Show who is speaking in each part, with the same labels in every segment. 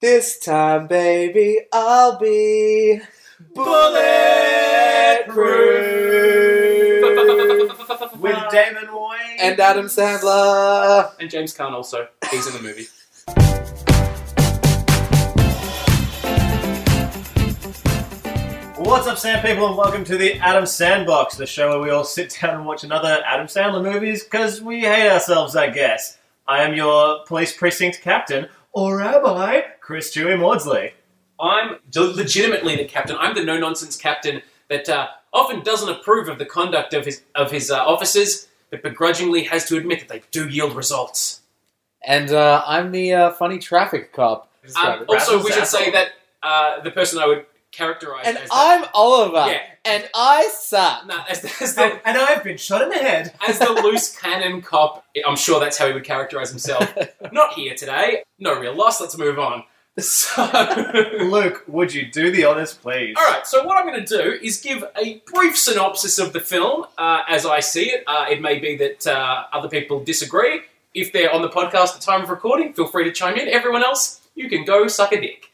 Speaker 1: This time, baby, I'll be bulletproof
Speaker 2: with Damon Wayne
Speaker 1: and Adam Sandler.
Speaker 3: And James Caan also. He's in the movie.
Speaker 2: What's up, Sand People, and welcome to the Adam Sandbox, the show where we all sit down and watch another Adam Sandler movies because we hate ourselves, I guess. I am your police precinct captain, or am I, Chris Dewey Maudsley?
Speaker 3: I'm de- legitimately the captain. I'm the no nonsense captain that uh, often doesn't approve of the conduct of his of his uh, officers, but begrudgingly has to admit that they do yield results.
Speaker 1: And uh, I'm the uh, funny traffic cop.
Speaker 3: Um,
Speaker 2: Razzle's
Speaker 3: also, we should say
Speaker 2: asshole.
Speaker 3: that uh, the person I would characterize
Speaker 1: And
Speaker 3: as
Speaker 1: I'm Oliver.
Speaker 3: Yeah.
Speaker 1: And I suck.
Speaker 3: the, no, as, as
Speaker 2: And,
Speaker 3: the
Speaker 2: Oh, and I've been shot in the head.
Speaker 3: as the loose cannon cop, I'm sure that's how he would characterize himself. Not here today. No real loss. Let's move on. So.
Speaker 2: Luke, would you do the honors, please?
Speaker 3: All right, so what I'm going to do is give a brief synopsis of the film uh, as I see it. Uh, it may be that uh, other people disagree. If they're on the podcast at the time of recording, feel free to chime in. Everyone else, you can go suck a dick.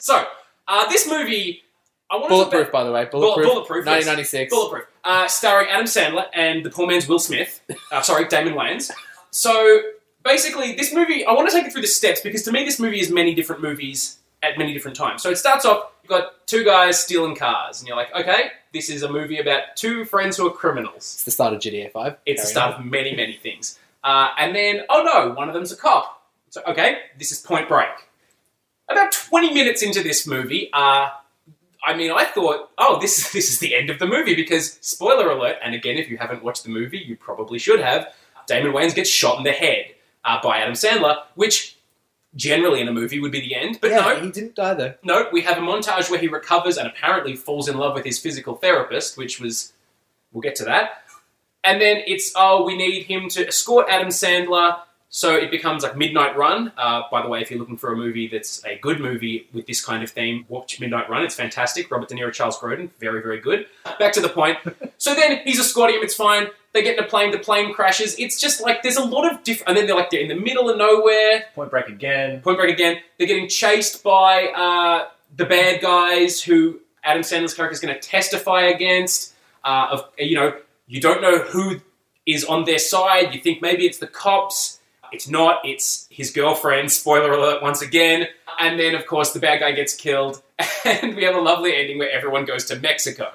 Speaker 3: So, uh, this movie, I want
Speaker 1: Bulletproof,
Speaker 3: to
Speaker 1: by the way.
Speaker 3: Bullet-
Speaker 1: Bulletproof.
Speaker 3: Bulletproof, yes.
Speaker 1: 1996.
Speaker 3: Bulletproof, uh, starring Adam Sandler and the poor man's Will Smith. Uh, sorry, Damon Wayans. So, basically, this movie, I want to take you through the steps because to me, this movie is many different movies at many different times. So it starts off, you've got two guys stealing cars, and you're like, okay, this is a movie about two friends who are criminals.
Speaker 1: It's the start of GTA 5.
Speaker 3: It's the
Speaker 1: Carry
Speaker 3: start of many, many things. Uh, and then, oh no, one of them's a cop. So, okay, this is Point Break. About 20 minutes into this movie, uh, I mean, I thought, oh, this, this is the end of the movie because, spoiler alert, and again, if you haven't watched the movie, you probably should have, Damon Wayans gets shot in the head uh, by Adam Sandler, which generally in a movie would be the end, but
Speaker 1: yeah,
Speaker 3: no,
Speaker 1: he didn't die though.
Speaker 3: no, we have a montage where he recovers and apparently falls in love with his physical therapist, which was. We'll get to that. And then it's, oh, we need him to escort Adam Sandler. So it becomes like Midnight Run. Uh, by the way, if you're looking for a movie that's a good movie with this kind of theme, watch Midnight Run. It's fantastic. Robert De Niro, Charles Grodin, very, very good. Back to the point. so then he's escorting him. It's fine. They get in a plane. The plane crashes. It's just like there's a lot of different. And then they're like they're in the middle of nowhere.
Speaker 2: Point break again.
Speaker 3: Point Break again. They're getting chased by uh, the bad guys who Adam Sandler's character is going to testify against. Uh, of you know, you don't know who is on their side. You think maybe it's the cops. It's not. It's his girlfriend. Spoiler alert once again. And then of course the bad guy gets killed, and we have a lovely ending where everyone goes to Mexico.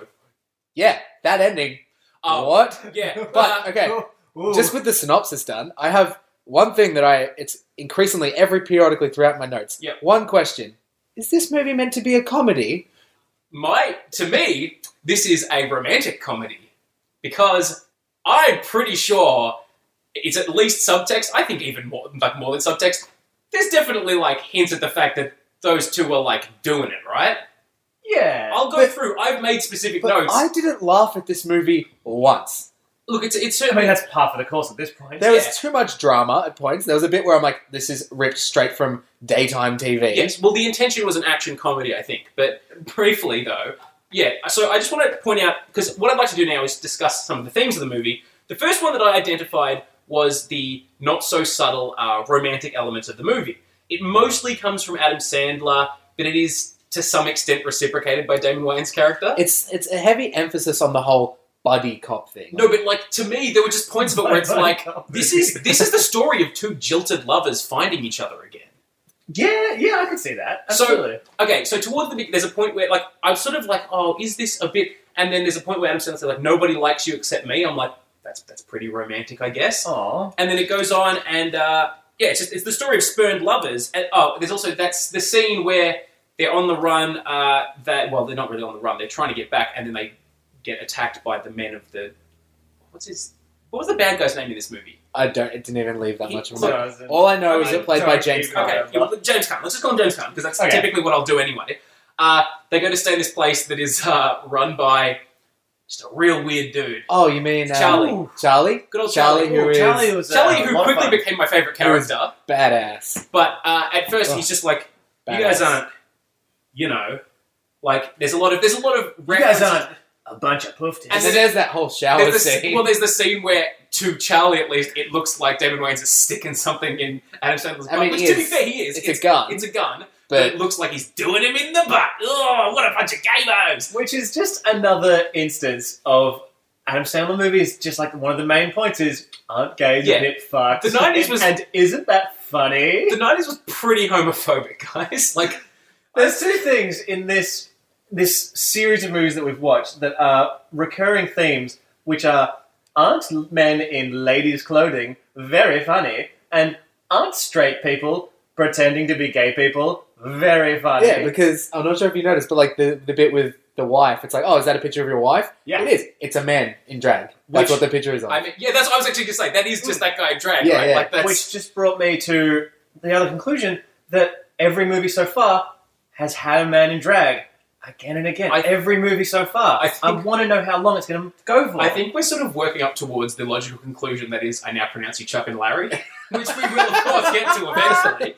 Speaker 1: Yeah, that ending.
Speaker 3: Um,
Speaker 1: what?
Speaker 3: Yeah, but
Speaker 1: But okay,
Speaker 2: Ooh.
Speaker 1: just with the synopsis done, I have one thing that I it's increasingly every periodically throughout my notes.
Speaker 3: Yeah.
Speaker 1: One question. Is this movie meant to be a comedy?
Speaker 3: my to me this is a romantic comedy because i'm pretty sure it's at least subtext i think even more like more than subtext there's definitely like hints at the fact that those two are like doing it right
Speaker 2: yeah.
Speaker 3: i'll go
Speaker 1: But-
Speaker 3: through i've made specific
Speaker 1: But
Speaker 3: notes
Speaker 1: I didn't laugh at this movie once.
Speaker 3: look it's it's
Speaker 2: I mean,
Speaker 3: certainly
Speaker 2: that's par for the course at this point.
Speaker 1: There
Speaker 3: Yeah.
Speaker 1: was too much drama at points. There was a bit where I'm like, this is ripped straight from daytime TV.
Speaker 3: Yes, well, the intention was an action comedy, I think. But briefly, though, yeah. So I just want to point out because what I'd like to do now is discuss some of the themes of the movie. The first one that I identified was the not so subtle uh, romantic elements of the movie. It mostly comes from Adam Sandler, but it is to some extent reciprocated by Damon Wayans' character.
Speaker 1: It's it's a heavy emphasis on the whole buddy cop thing.
Speaker 3: No, but like to me, there were just points of it where it's like this is this is the story of two jilted lovers finding each other again.
Speaker 2: Yeah, yeah, I can see that.
Speaker 3: So-
Speaker 2: Absolutely.
Speaker 3: Okay, so towards the big, there's a point where like I'm sort of like, oh, is this a bit? And then there's a point where Adam Sandler's like, nobody likes you except me. I'm like, that's that's pretty romantic, I guess.
Speaker 2: Aw.
Speaker 3: And then it goes on, and uh, yeah, it's just it's the story of spurned lovers. And oh, there's also that's the scene where they're on the run. Uh, that well, they're not really on the run. They're trying to get back, and then they get attacked by the men of the what's his what was the bad guy's name in this movie?
Speaker 1: I don't. It didn't even leave that much of a
Speaker 3: So-
Speaker 1: mark. All I know is
Speaker 2: I
Speaker 1: it played by
Speaker 2: don't
Speaker 1: James.
Speaker 2: even-
Speaker 1: Caan.
Speaker 3: Okay,
Speaker 2: Alright,
Speaker 3: yeah, well, James Caan. Let's just call him James Caan because that's
Speaker 2: Okay.
Speaker 3: typically what I'll do anyway. Uh, they go to stay in this place that is uh, run by just a real weird dude.
Speaker 1: Oh, you mean uh,
Speaker 3: Charlie.
Speaker 1: Charlie,
Speaker 3: Good old
Speaker 1: Charlie,
Speaker 3: Charlie.
Speaker 1: who
Speaker 2: Ooh,
Speaker 1: is
Speaker 2: Charlie was, uh,
Speaker 3: Charlie, who
Speaker 2: a lot of
Speaker 3: quickly
Speaker 2: fun.
Speaker 3: became my favorite character,
Speaker 1: badass.
Speaker 3: but uh, at first
Speaker 2: Oh,
Speaker 3: he's just like, "You guys
Speaker 1: Badass.
Speaker 3: aren't, you know, like." There's a lot of there's a lot of
Speaker 2: You guys
Speaker 3: references-
Speaker 2: aren't a bunch of poofed.
Speaker 1: And then
Speaker 3: And then-
Speaker 1: there's that whole shower
Speaker 3: There's the,
Speaker 1: scene.
Speaker 3: Well, there's the scene where to Charlie at least it looks like David Wayans is sticking something in Adam Sandler's
Speaker 1: I
Speaker 3: butt,
Speaker 1: mean,
Speaker 3: which
Speaker 1: he
Speaker 3: to be
Speaker 1: is.
Speaker 3: fair he is.
Speaker 1: it's, a gun.
Speaker 3: It's a gun. but
Speaker 1: But
Speaker 3: it looks like he's doing him in the butt. Oh, what a bunch of gamos!
Speaker 2: Which is just another instance of Adam Sandler movies, just like one of the main points is aren't gays
Speaker 3: Yeah.
Speaker 2: a bit fucked.
Speaker 3: The 90s was-
Speaker 2: And isn't that funny?
Speaker 3: The nineties was pretty homophobic, guys. Like,
Speaker 2: There's two things in this this series of movies that we've watched that are recurring themes, which are aren't men in ladies' clothing very funny, and aren't straight people pretending to be gay people very funny.
Speaker 1: yeah, because I'm not sure if you noticed, but like the, the bit with the wife, it's like, oh, is that a picture of your wife?
Speaker 2: Yeah.
Speaker 1: It is. It's a man in drag. That's
Speaker 3: Which-
Speaker 1: what the picture is of.
Speaker 3: I mean, yeah, that's what I was actually gonna say. That is just that guy in drag,
Speaker 1: Yeah,
Speaker 3: right?
Speaker 1: yeah.
Speaker 3: Like that's
Speaker 2: which just brought me to the other conclusion that every movie so far has had a man in drag again and again.
Speaker 3: I-
Speaker 2: every movie so far.
Speaker 3: I
Speaker 2: I,
Speaker 3: think-
Speaker 2: want to know how long it's going to go for.
Speaker 3: I think we're sort of working up towards the logical conclusion that is, I now pronounce you Chuck and Larry, which we will of course get to eventually.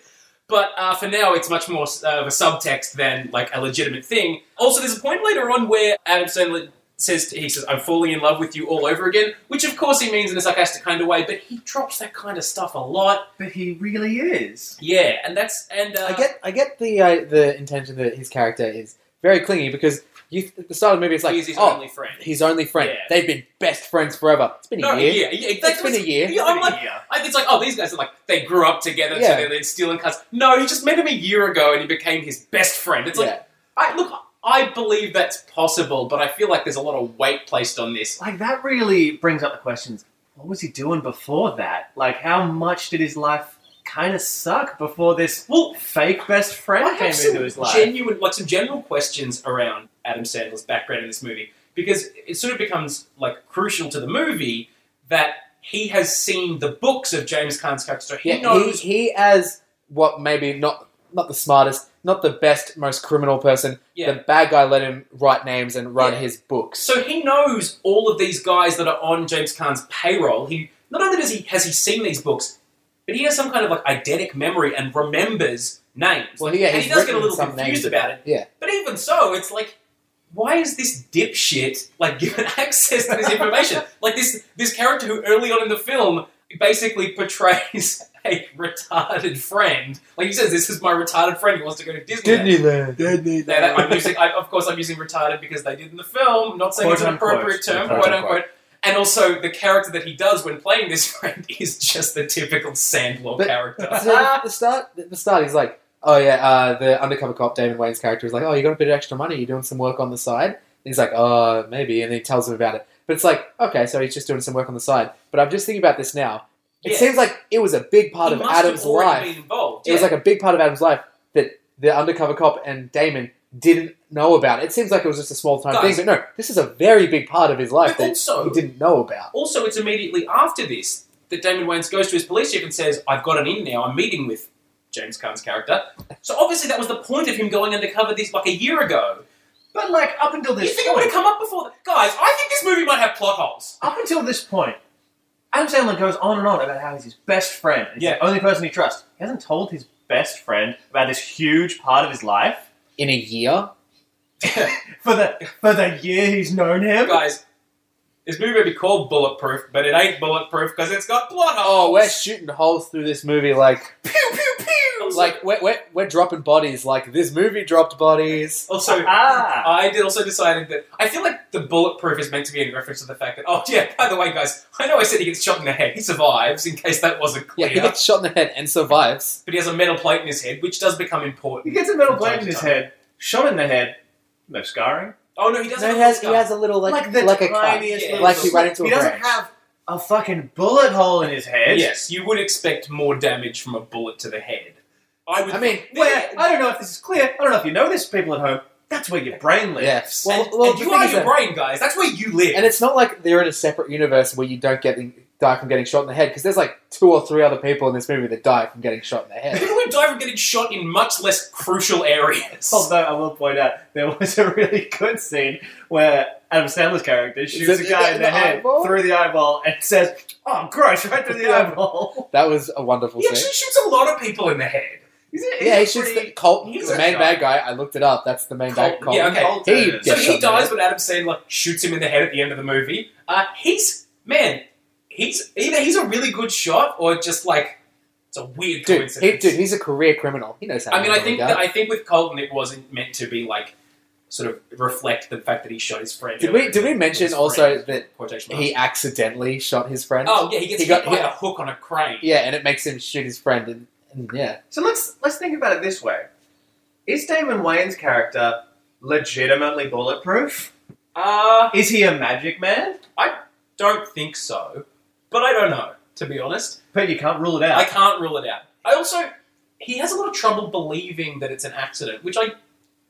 Speaker 3: But uh, for now, it's much more uh, of a subtext than like a legitimate thing. Also, there's a point later on where Adam Sandler says he says, "I'm falling in love with you all over again," which of course he means in a sarcastic kind of way, but he drops that kind of stuff a lot.
Speaker 2: but he really is.
Speaker 3: Yeah, and that's and uh,
Speaker 1: I get I get the uh, the intention that his character is very clingy because you at the start of the movie it's like
Speaker 3: he's his
Speaker 1: oh
Speaker 3: only friend.
Speaker 1: he's only friend
Speaker 3: Yeah.
Speaker 1: they've been best friends forever it's been a
Speaker 3: No,
Speaker 1: year
Speaker 3: yeah, yeah,
Speaker 1: it's
Speaker 3: exactly.
Speaker 1: been a year
Speaker 3: Yeah, I'm like,
Speaker 2: Yeah.
Speaker 3: I- it's like, oh, these guys are like, they grew up together, so
Speaker 1: Yeah.
Speaker 3: they're, they're stealing cars. No, you just met him a year ago and he became his best friend. It's like,
Speaker 1: Yeah.
Speaker 3: I, look, I believe that's possible, but I feel like there's a lot of weight placed on this.
Speaker 2: Like that really brings up the questions. What was he doing before that? Like how much did his life kind of suck before this
Speaker 3: Well,
Speaker 2: fake best friend
Speaker 3: I
Speaker 2: came
Speaker 3: have some
Speaker 2: into his life?
Speaker 3: genuine, like some general questions around Adam Sandler's background in this movie because it sort of becomes like crucial to the movie that he has seen the books of James Caan's character. So he
Speaker 1: Yeah, he,
Speaker 3: knows
Speaker 1: he as what maybe not not the smartest not the best most criminal person
Speaker 3: Yeah.
Speaker 1: the bad guy let him write names and run
Speaker 3: Yeah.
Speaker 1: his books
Speaker 3: So he knows all of these guys that are on James Khan's payroll. He not only does he has he seen these books, but he has some kind of like eidetic memory and remembers names.
Speaker 1: well yeah
Speaker 3: and
Speaker 1: he's
Speaker 3: he does get a
Speaker 1: written
Speaker 3: little
Speaker 1: some names
Speaker 3: confused about it.
Speaker 1: yeah
Speaker 3: But even so, it's like, why is this dipshit like given access to this information? like this this character who early on in the film basically portrays a retarded friend. Like he says, this is my retarded friend who wants to go to Disneyland.
Speaker 1: Disneyland Disneyland
Speaker 3: Yeah, that- I'm using, I, of course, I'm using retarded because they did in the film. Not saying it's an
Speaker 2: Quote, unquote.
Speaker 3: appropriate term,
Speaker 2: Quote,
Speaker 3: quote
Speaker 1: unquote.
Speaker 3: unquote. And also, the character that he does when playing this friend is just the typical Sandlot
Speaker 1: But-
Speaker 3: character.
Speaker 1: So at the start, at the start, he's like, "Oh yeah," uh, the undercover cop Damon Wayne's character is like, "Oh, you got a bit of extra money? You doing some work on the side?" And he's like, "Oh, maybe," and he tells him about it. But it's like, okay, so he's just doing some work on the side. But I'm just thinking about this now. It
Speaker 3: Yeah.
Speaker 1: seems like it was a big part
Speaker 3: He
Speaker 1: of
Speaker 3: must have
Speaker 1: Adam's
Speaker 3: already
Speaker 1: life.
Speaker 3: Been involved.
Speaker 1: It was
Speaker 3: yeah.
Speaker 1: like a big part of Adam's life that the undercover cop and Damon didn't know about. It seems like it was just a small time
Speaker 3: Guys.
Speaker 1: thing, but no, this is a very big part of his life
Speaker 3: But
Speaker 1: that
Speaker 3: also-
Speaker 1: he didn't know about.
Speaker 3: Also, it's immediately after this that Damon Wayans goes to his police chief and says, I've got an in now, I'm meeting with James Caan's character. So obviously that was the point of him going undercover this like a year ago.
Speaker 2: But like up until
Speaker 3: You
Speaker 2: this
Speaker 3: think it would
Speaker 2: point,
Speaker 3: have come up before that? Guys, I think this movie might have plot holes.
Speaker 2: up until this point, Adam Sandler goes on and on about how he's his best friend. He's
Speaker 3: Yeah.
Speaker 2: the only person he trusts. He hasn't told his best friend about this huge part of his life
Speaker 1: In a year,
Speaker 2: for the for the year he's known him.
Speaker 3: guys, this movie may be called Bulletproof, but it ain't bulletproof because it's got blood holes.
Speaker 1: oh, we're shooting holes through this movie like
Speaker 3: pew pew pew.
Speaker 1: like we're, we're, we're dropping bodies like this movie dropped bodies
Speaker 3: also,
Speaker 2: Ah.
Speaker 3: I did also decided that I feel like the bulletproof is meant to be in reference to the fact that oh yeah, by the way, guys, I know I said he gets shot in the head, he survives in case that wasn't
Speaker 1: yeah
Speaker 3: clear,
Speaker 1: he gets shot in the head and survives
Speaker 3: but he has a metal plate in his head, which does become
Speaker 2: He
Speaker 3: important.
Speaker 2: gets a metal
Speaker 3: From
Speaker 2: plate
Speaker 3: time
Speaker 2: in
Speaker 3: to
Speaker 2: his
Speaker 3: time.
Speaker 2: head, shot in the head, no scarring.
Speaker 3: Oh no, he doesn't.
Speaker 1: no, he
Speaker 3: have
Speaker 1: has
Speaker 3: a
Speaker 1: he
Speaker 3: scar.
Speaker 1: has a little like
Speaker 2: the
Speaker 1: like a cut
Speaker 2: tiniest
Speaker 3: yeah,
Speaker 2: little
Speaker 1: like he ran into
Speaker 2: He
Speaker 1: a
Speaker 2: doesn't
Speaker 1: branch.
Speaker 2: have a fucking bullet hole in his head.
Speaker 3: Yes, you would expect more damage from a bullet to the head. I would.
Speaker 1: I mean,
Speaker 2: Where, I don't know if this is clear. I don't know if you know this, people at home. That's where your brain lives.
Speaker 1: yeah well,
Speaker 3: and,
Speaker 1: well
Speaker 3: and
Speaker 1: the
Speaker 3: you
Speaker 1: thing
Speaker 3: are
Speaker 1: is
Speaker 3: your
Speaker 1: that-
Speaker 3: brain, guys. That's where you live.
Speaker 1: and it's not like they're in a separate universe where you don't get the, die from getting shot in the head because there's like two or three other people in this movie that die from getting shot in the head
Speaker 3: People would die from getting shot in much less crucial areas.
Speaker 1: Oh,
Speaker 2: Although I will point out there was a really good scene where Adam Sandler's character shoots
Speaker 1: it
Speaker 2: a guy
Speaker 1: in
Speaker 2: in
Speaker 1: the
Speaker 2: the, head
Speaker 1: eyeball?
Speaker 2: through the eyeball and says, "Oh, gross!" Right through the
Speaker 1: Yeah.
Speaker 2: eyeball.
Speaker 1: that was a wonderful
Speaker 3: He
Speaker 1: scene
Speaker 3: actually shoots a lot of people in the head.
Speaker 2: He's a- he's
Speaker 1: yeah
Speaker 2: a
Speaker 1: he shoots
Speaker 2: pretty-
Speaker 1: the, Colton
Speaker 3: he's
Speaker 1: the
Speaker 3: a
Speaker 1: main
Speaker 3: guy.
Speaker 1: bad guy I looked it up that's the main bad
Speaker 3: Colton,
Speaker 1: Colton
Speaker 3: yeah, okay.
Speaker 2: Colton.
Speaker 1: He
Speaker 3: So
Speaker 1: Yeah,
Speaker 3: he
Speaker 1: something.
Speaker 3: dies when Adam Sandler shoots him in the head at the end of the movie. Uh, he's man, he's either he's a really good shot or just like It's a weird
Speaker 1: Dude, he,
Speaker 3: coincidence.
Speaker 1: dude, he's a career criminal. He knows how.
Speaker 3: I mean,
Speaker 1: to
Speaker 3: I
Speaker 1: handle
Speaker 3: think
Speaker 1: a gun.
Speaker 3: that, I think with Colton, it wasn't meant to be like sort of reflect the fact that he shot his friend.
Speaker 1: Did we did we mention
Speaker 3: His
Speaker 1: also
Speaker 3: friend.
Speaker 1: that
Speaker 3: Quotation marks.
Speaker 1: he accidentally shot his friend?
Speaker 3: Oh yeah, he gets
Speaker 1: he got-
Speaker 3: hit by
Speaker 1: yeah.
Speaker 3: a hook on a crane.
Speaker 1: yeah, and it makes him shoot his friend, and, and yeah,
Speaker 2: So let's let's think about it this way: Is Damon Wayans' character legitimately bulletproof?
Speaker 3: Uh,
Speaker 2: Is he a magic man?
Speaker 3: don't think so, but I don't know to be honest.
Speaker 2: But you can't rule it out.
Speaker 3: I can't rule it out. I also he has a lot of trouble believing that it's an accident, which I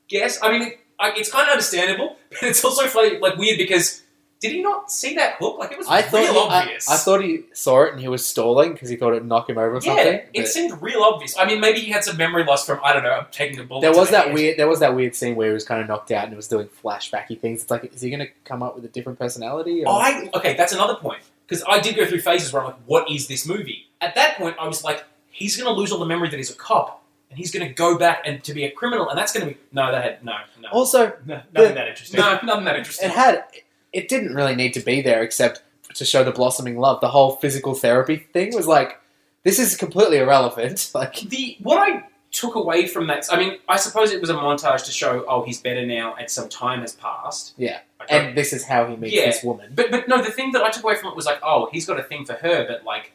Speaker 3: guess I mean it, I, it's kind of understandable, but it's also funny, like weird because did he not see that hook? Like it was
Speaker 1: I thought
Speaker 3: real
Speaker 1: he, I-
Speaker 3: obvious.
Speaker 1: I, thought he saw it and he was stalling because he thought it'd knock him over or something.
Speaker 3: yeah, it seemed real obvious. I mean, maybe he had some memory loss from I don't know taking a
Speaker 1: but
Speaker 3: bullet.
Speaker 1: there
Speaker 3: to
Speaker 1: was
Speaker 3: the
Speaker 1: that
Speaker 3: head.
Speaker 1: weird. There was that weird scene where he was kind of knocked out and it was doing flashbacky things. It's like, is he going to come up with a different personality? Or?
Speaker 3: Oh, I okay, that's another point because I did go through phases where I'm like, what is this movie? At that point, I was like, he's going to lose all the memory that he's a cop. And he's going to go back and to be a criminal, and that's going to be no, that had no, no,
Speaker 1: also,
Speaker 2: No, nothing
Speaker 1: The-
Speaker 2: that interesting.
Speaker 3: no, nothing that interesting.
Speaker 1: it had. It didn't really need to be there except to show the blossoming love. The whole physical therapy thing was like, this is completely irrelevant. Like,
Speaker 3: the what I took away from that, I mean, I suppose it was a montage to show, oh, he's better now, and some time has passed.
Speaker 1: Yeah.
Speaker 3: I don't-
Speaker 1: and this is how he meets
Speaker 3: Yeah.
Speaker 1: this woman.
Speaker 3: but but no, the thing that I took away from it was like, oh, he's got a thing for her, but like,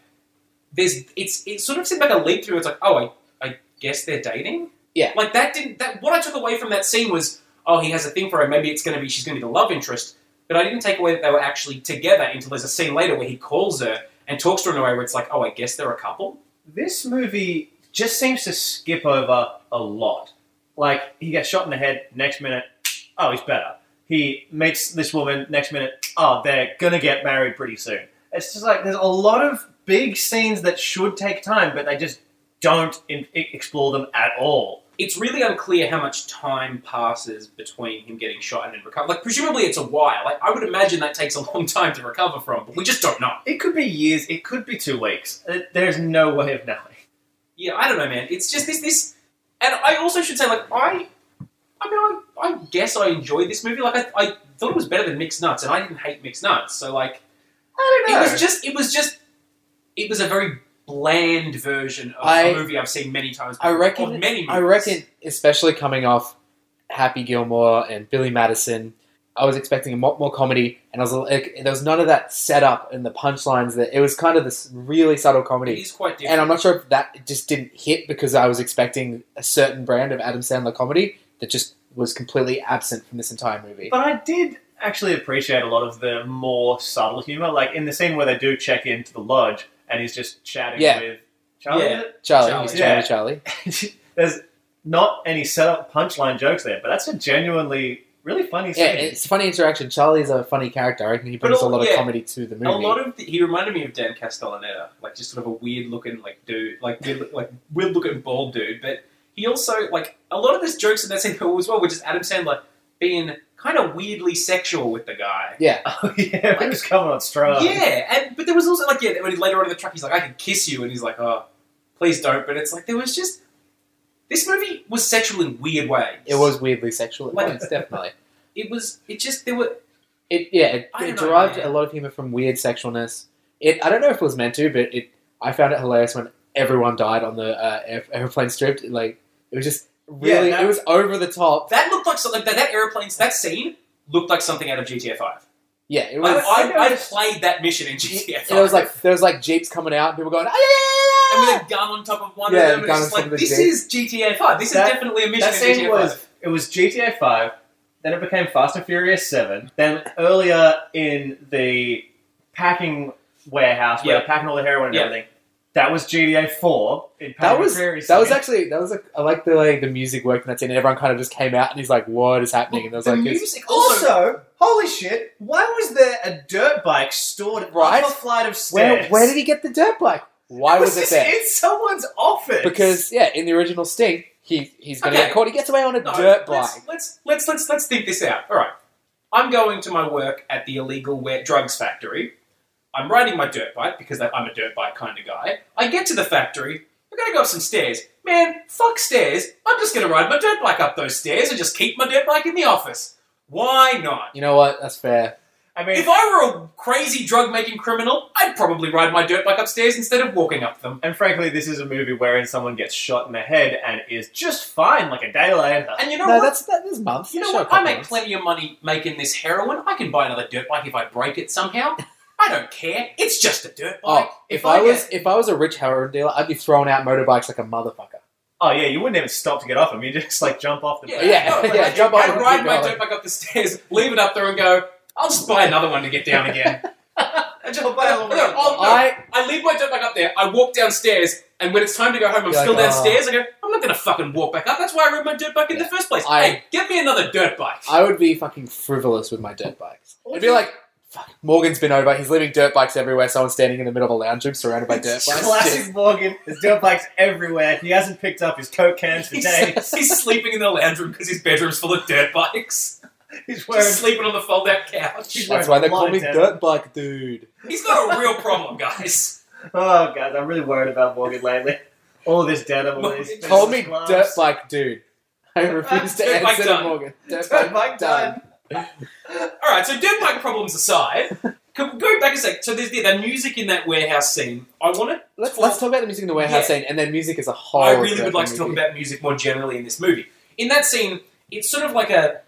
Speaker 3: there's it's it sort of seemed like a leap through. It's like, oh, I I guess they're dating.
Speaker 1: Yeah.
Speaker 3: like that didn't that what I took away from that scene was, oh, he has a thing for her. Maybe it's going to be she's going to be the love interest. But I didn't take away that they were actually together until there's a scene later where he calls her and talks to her in a way where it's like, oh, I guess they're a couple.
Speaker 2: This movie just seems to skip over a lot. Like he gets shot in the head. Next minute, oh, he's better. He meets this woman. Next minute, oh, they're gonna get married pretty soon. It's just like there's a lot of big scenes that should take time, but they just don't in- e- explore them at all.
Speaker 3: it's really unclear how much time passes between him getting shot and then recover. Like, presumably it's a while. Like, I would imagine that takes a long time to recover from, but we just don't know.
Speaker 2: It could be years. It could be two weeks. Uh, There's no way of knowing.
Speaker 3: Yeah, I don't know, man. It's just this, this, and I also should say, like, I, I mean, I, I guess I enjoyed this movie. Like, I, I thought it was better than Mixed Nuts, and I didn't hate Mixed Nuts. So, like,
Speaker 2: I don't know.
Speaker 3: it was just, it was just, it was a very bland version of
Speaker 1: I-
Speaker 3: a movie I've seen many times.
Speaker 1: I
Speaker 3: Before,
Speaker 1: reckon-
Speaker 3: Or many. Movies.
Speaker 1: I reckon, especially coming off Happy Gilmore and Billy Madison, I was expecting a lot more comedy, and I was like, there was none of that setup and the punchlines. That it was kind of this really subtle
Speaker 3: it
Speaker 1: comedy,
Speaker 3: is quite different.
Speaker 1: and I'm not sure if that just didn't hit because I was expecting a certain brand of Adam Sandler comedy that just was completely absent from this entire movie.
Speaker 2: But I did actually appreciate a lot of the more subtle humor, like in the scene where they do check into the lodge and he's just chatting
Speaker 1: Yeah.
Speaker 2: with Charlie.
Speaker 3: Yeah.
Speaker 1: Charlie,
Speaker 3: Charlie,
Speaker 1: he's
Speaker 2: yeah.
Speaker 1: Charlie, Charlie.
Speaker 2: There's not any setup punchline jokes there, but that's a genuinely really funny
Speaker 1: Yeah,
Speaker 2: scene.
Speaker 1: it's a funny interaction. Charlie's a funny character. I reckon he brings
Speaker 3: al-
Speaker 1: a lot of
Speaker 3: yeah.
Speaker 1: comedy to the movie.
Speaker 3: A lot of the, he reminded me of Dan Castellaneta, like just sort of a weird looking like dude, like weird, like weird looking bald dude. But he also like a lot of his jokes in that scene as well, which is Adam Sandler being kind of weirdly sexual with the guy.
Speaker 1: yeah,
Speaker 2: oh yeah, he was coming on strong.
Speaker 3: yeah, and but there was also like yeah, when he later on in the truck, he's like, "I can kiss you," and he's like, "Oh, please don't." But it's like there was just this movie was sexual in weird ways.
Speaker 1: it was weirdly sexual. at
Speaker 3: Like-
Speaker 1: points, definitely.
Speaker 3: It was. It just there were.
Speaker 1: It yeah, it,
Speaker 3: I
Speaker 1: it
Speaker 3: don't know,
Speaker 1: derived
Speaker 3: man.
Speaker 1: a lot of humor from weird sexualness. It I don't know if it was meant to, but it I found it hilarious when everyone died on the uh, air, airplane strip. Like it was just
Speaker 2: Yeah,
Speaker 1: really
Speaker 2: that-
Speaker 1: it was over the top.
Speaker 3: That looked like something. That, that airplane. That scene looked like something out of GTA Five.
Speaker 1: Yeah, it was.
Speaker 3: I, I, I
Speaker 2: noticed-
Speaker 3: played that mission in GTA.
Speaker 1: it was like there was like jeeps coming out, and people going. "Ah, yeah,
Speaker 3: and
Speaker 1: yeah, yeah,
Speaker 3: with a gun on top of one
Speaker 1: Yeah,
Speaker 3: of them, and
Speaker 1: gun
Speaker 3: it's just
Speaker 1: on top
Speaker 3: like
Speaker 1: of the
Speaker 3: this
Speaker 1: jeep.
Speaker 3: is GTA Five. This
Speaker 2: That-
Speaker 3: is definitely a mission
Speaker 2: That
Speaker 3: in
Speaker 2: scene
Speaker 3: GTA
Speaker 2: was
Speaker 3: Five.
Speaker 2: it was GTA Five, then it became Fast and Furious Seven, then earlier in the packing warehouse where
Speaker 3: Yeah.
Speaker 2: they're packing all the heroin and
Speaker 3: Yeah.
Speaker 2: everything. That was GTA Four. in
Speaker 1: That
Speaker 2: Packing
Speaker 1: was
Speaker 2: Furious
Speaker 1: that was
Speaker 2: 7.
Speaker 1: actually that was a, I like the like the music work in that scene. And everyone kind of just came out, and he's like, "What is happening?" And there was
Speaker 3: the
Speaker 1: like, this-
Speaker 3: music also.
Speaker 2: Also, holy shit, why was there a dirt bike stored
Speaker 1: Right?
Speaker 2: up a flight of
Speaker 1: "Where
Speaker 2: stairs?
Speaker 1: where did he get the dirt bike? Why
Speaker 2: It
Speaker 1: was, it
Speaker 2: just
Speaker 1: there?"
Speaker 2: in someone's office?
Speaker 1: Because yeah, in the original Sting, he he's gonna
Speaker 3: Okay.
Speaker 1: get caught. He gets away on a
Speaker 3: No,
Speaker 1: dirt bike.
Speaker 3: let's, let's let's let's let's think this out. All right, I'm going to my work at the illegal wet drugs factory. I'm riding my dirt bike because that- I'm a dirt bike kind of guy. I get to the factory. I'm gonna go up some stairs. Man, fuck stairs. I'm just gonna ride my dirt bike up those stairs and just keep my dirt bike in the office. Why not?
Speaker 1: You know what? That's fair.
Speaker 2: I mean,
Speaker 3: If I were a crazy drug making criminal, I'd probably ride my dirt bike upstairs instead of walking up them.
Speaker 2: and frankly, this is a movie wherein someone gets shot in the head and is just fine like a day later.
Speaker 3: And you know
Speaker 1: No,
Speaker 3: what?
Speaker 1: that's that is months.
Speaker 3: You know
Speaker 1: Sure, a
Speaker 3: what? I
Speaker 1: couple
Speaker 3: make
Speaker 1: months.
Speaker 3: plenty of money making this heroin. I can buy another dirt bike if I break it somehow. I don't care. It's just a dirt bike.
Speaker 1: Oh, if, I,
Speaker 3: get-
Speaker 1: was if I was a rich heroin dealer, I'd be throwing out motorbikes like a motherfucker.
Speaker 2: Oh yeah, you wouldn't even stop to get off him. You just like jump off the. Oh,
Speaker 3: yeah,
Speaker 2: back.
Speaker 1: yeah,
Speaker 3: no,
Speaker 1: yeah,
Speaker 3: like,
Speaker 1: jump
Speaker 3: I'd
Speaker 1: on and
Speaker 3: ride
Speaker 1: keep
Speaker 3: my
Speaker 1: going.
Speaker 3: dirt bike up the stairs, leave it up there, and go. I'll just buy another one to get down again. I just,
Speaker 2: I'll buy
Speaker 3: no,
Speaker 2: another
Speaker 3: no,
Speaker 2: one.
Speaker 3: I'll- no.
Speaker 1: I
Speaker 3: I leave my dirt bike up there. I walk downstairs, and when it's time to go home, I'm
Speaker 1: You're
Speaker 3: still
Speaker 1: like, "Oh."
Speaker 3: downstairs. I go, I'm not gonna fucking walk back up. That's why I rode my dirt bike in
Speaker 1: Yeah.
Speaker 3: the first place.
Speaker 1: I-
Speaker 3: hey, get me another dirt bike.
Speaker 1: I would be fucking frivolous with my dirt bikes. It'd be like, fuck, Morgan's been over. He's leaving dirt bikes everywhere. Someone's standing in the middle of a lounge room surrounded by dirt bikes.
Speaker 2: Classic Morgan. There's dirt bikes everywhere. He hasn't picked up his coke cans
Speaker 3: He's,
Speaker 2: today.
Speaker 3: he's sleeping in the lounge room because his bedroom's full of dirt bikes.
Speaker 2: He's wearing.
Speaker 3: Just sleeping on the fold-out couch.
Speaker 1: That's why they call me
Speaker 2: Light,
Speaker 1: dirt bike dude.
Speaker 3: He's got a real problem, guys.
Speaker 2: Oh guys, I'm really worried about Morgan lately. All this denim, all these.
Speaker 3: Morgan-
Speaker 1: Call me
Speaker 2: gloves.
Speaker 1: dirt bike dude. I refuse to
Speaker 3: Dirt bike
Speaker 1: answer to
Speaker 3: done.
Speaker 1: Morgan. Dirt
Speaker 2: Dirt bike
Speaker 1: done.
Speaker 2: done.
Speaker 3: All right, so dirt bike problems aside, can we go back a sec. So there's the, the music in that warehouse scene. I want to.
Speaker 1: Let's, let's talk about the music in the warehouse
Speaker 3: Yeah.
Speaker 1: scene, and then music is a whole.
Speaker 3: I really would
Speaker 1: different
Speaker 3: like to talk
Speaker 1: movie.
Speaker 3: about music more generally in this movie. In that scene, it's sort of like a,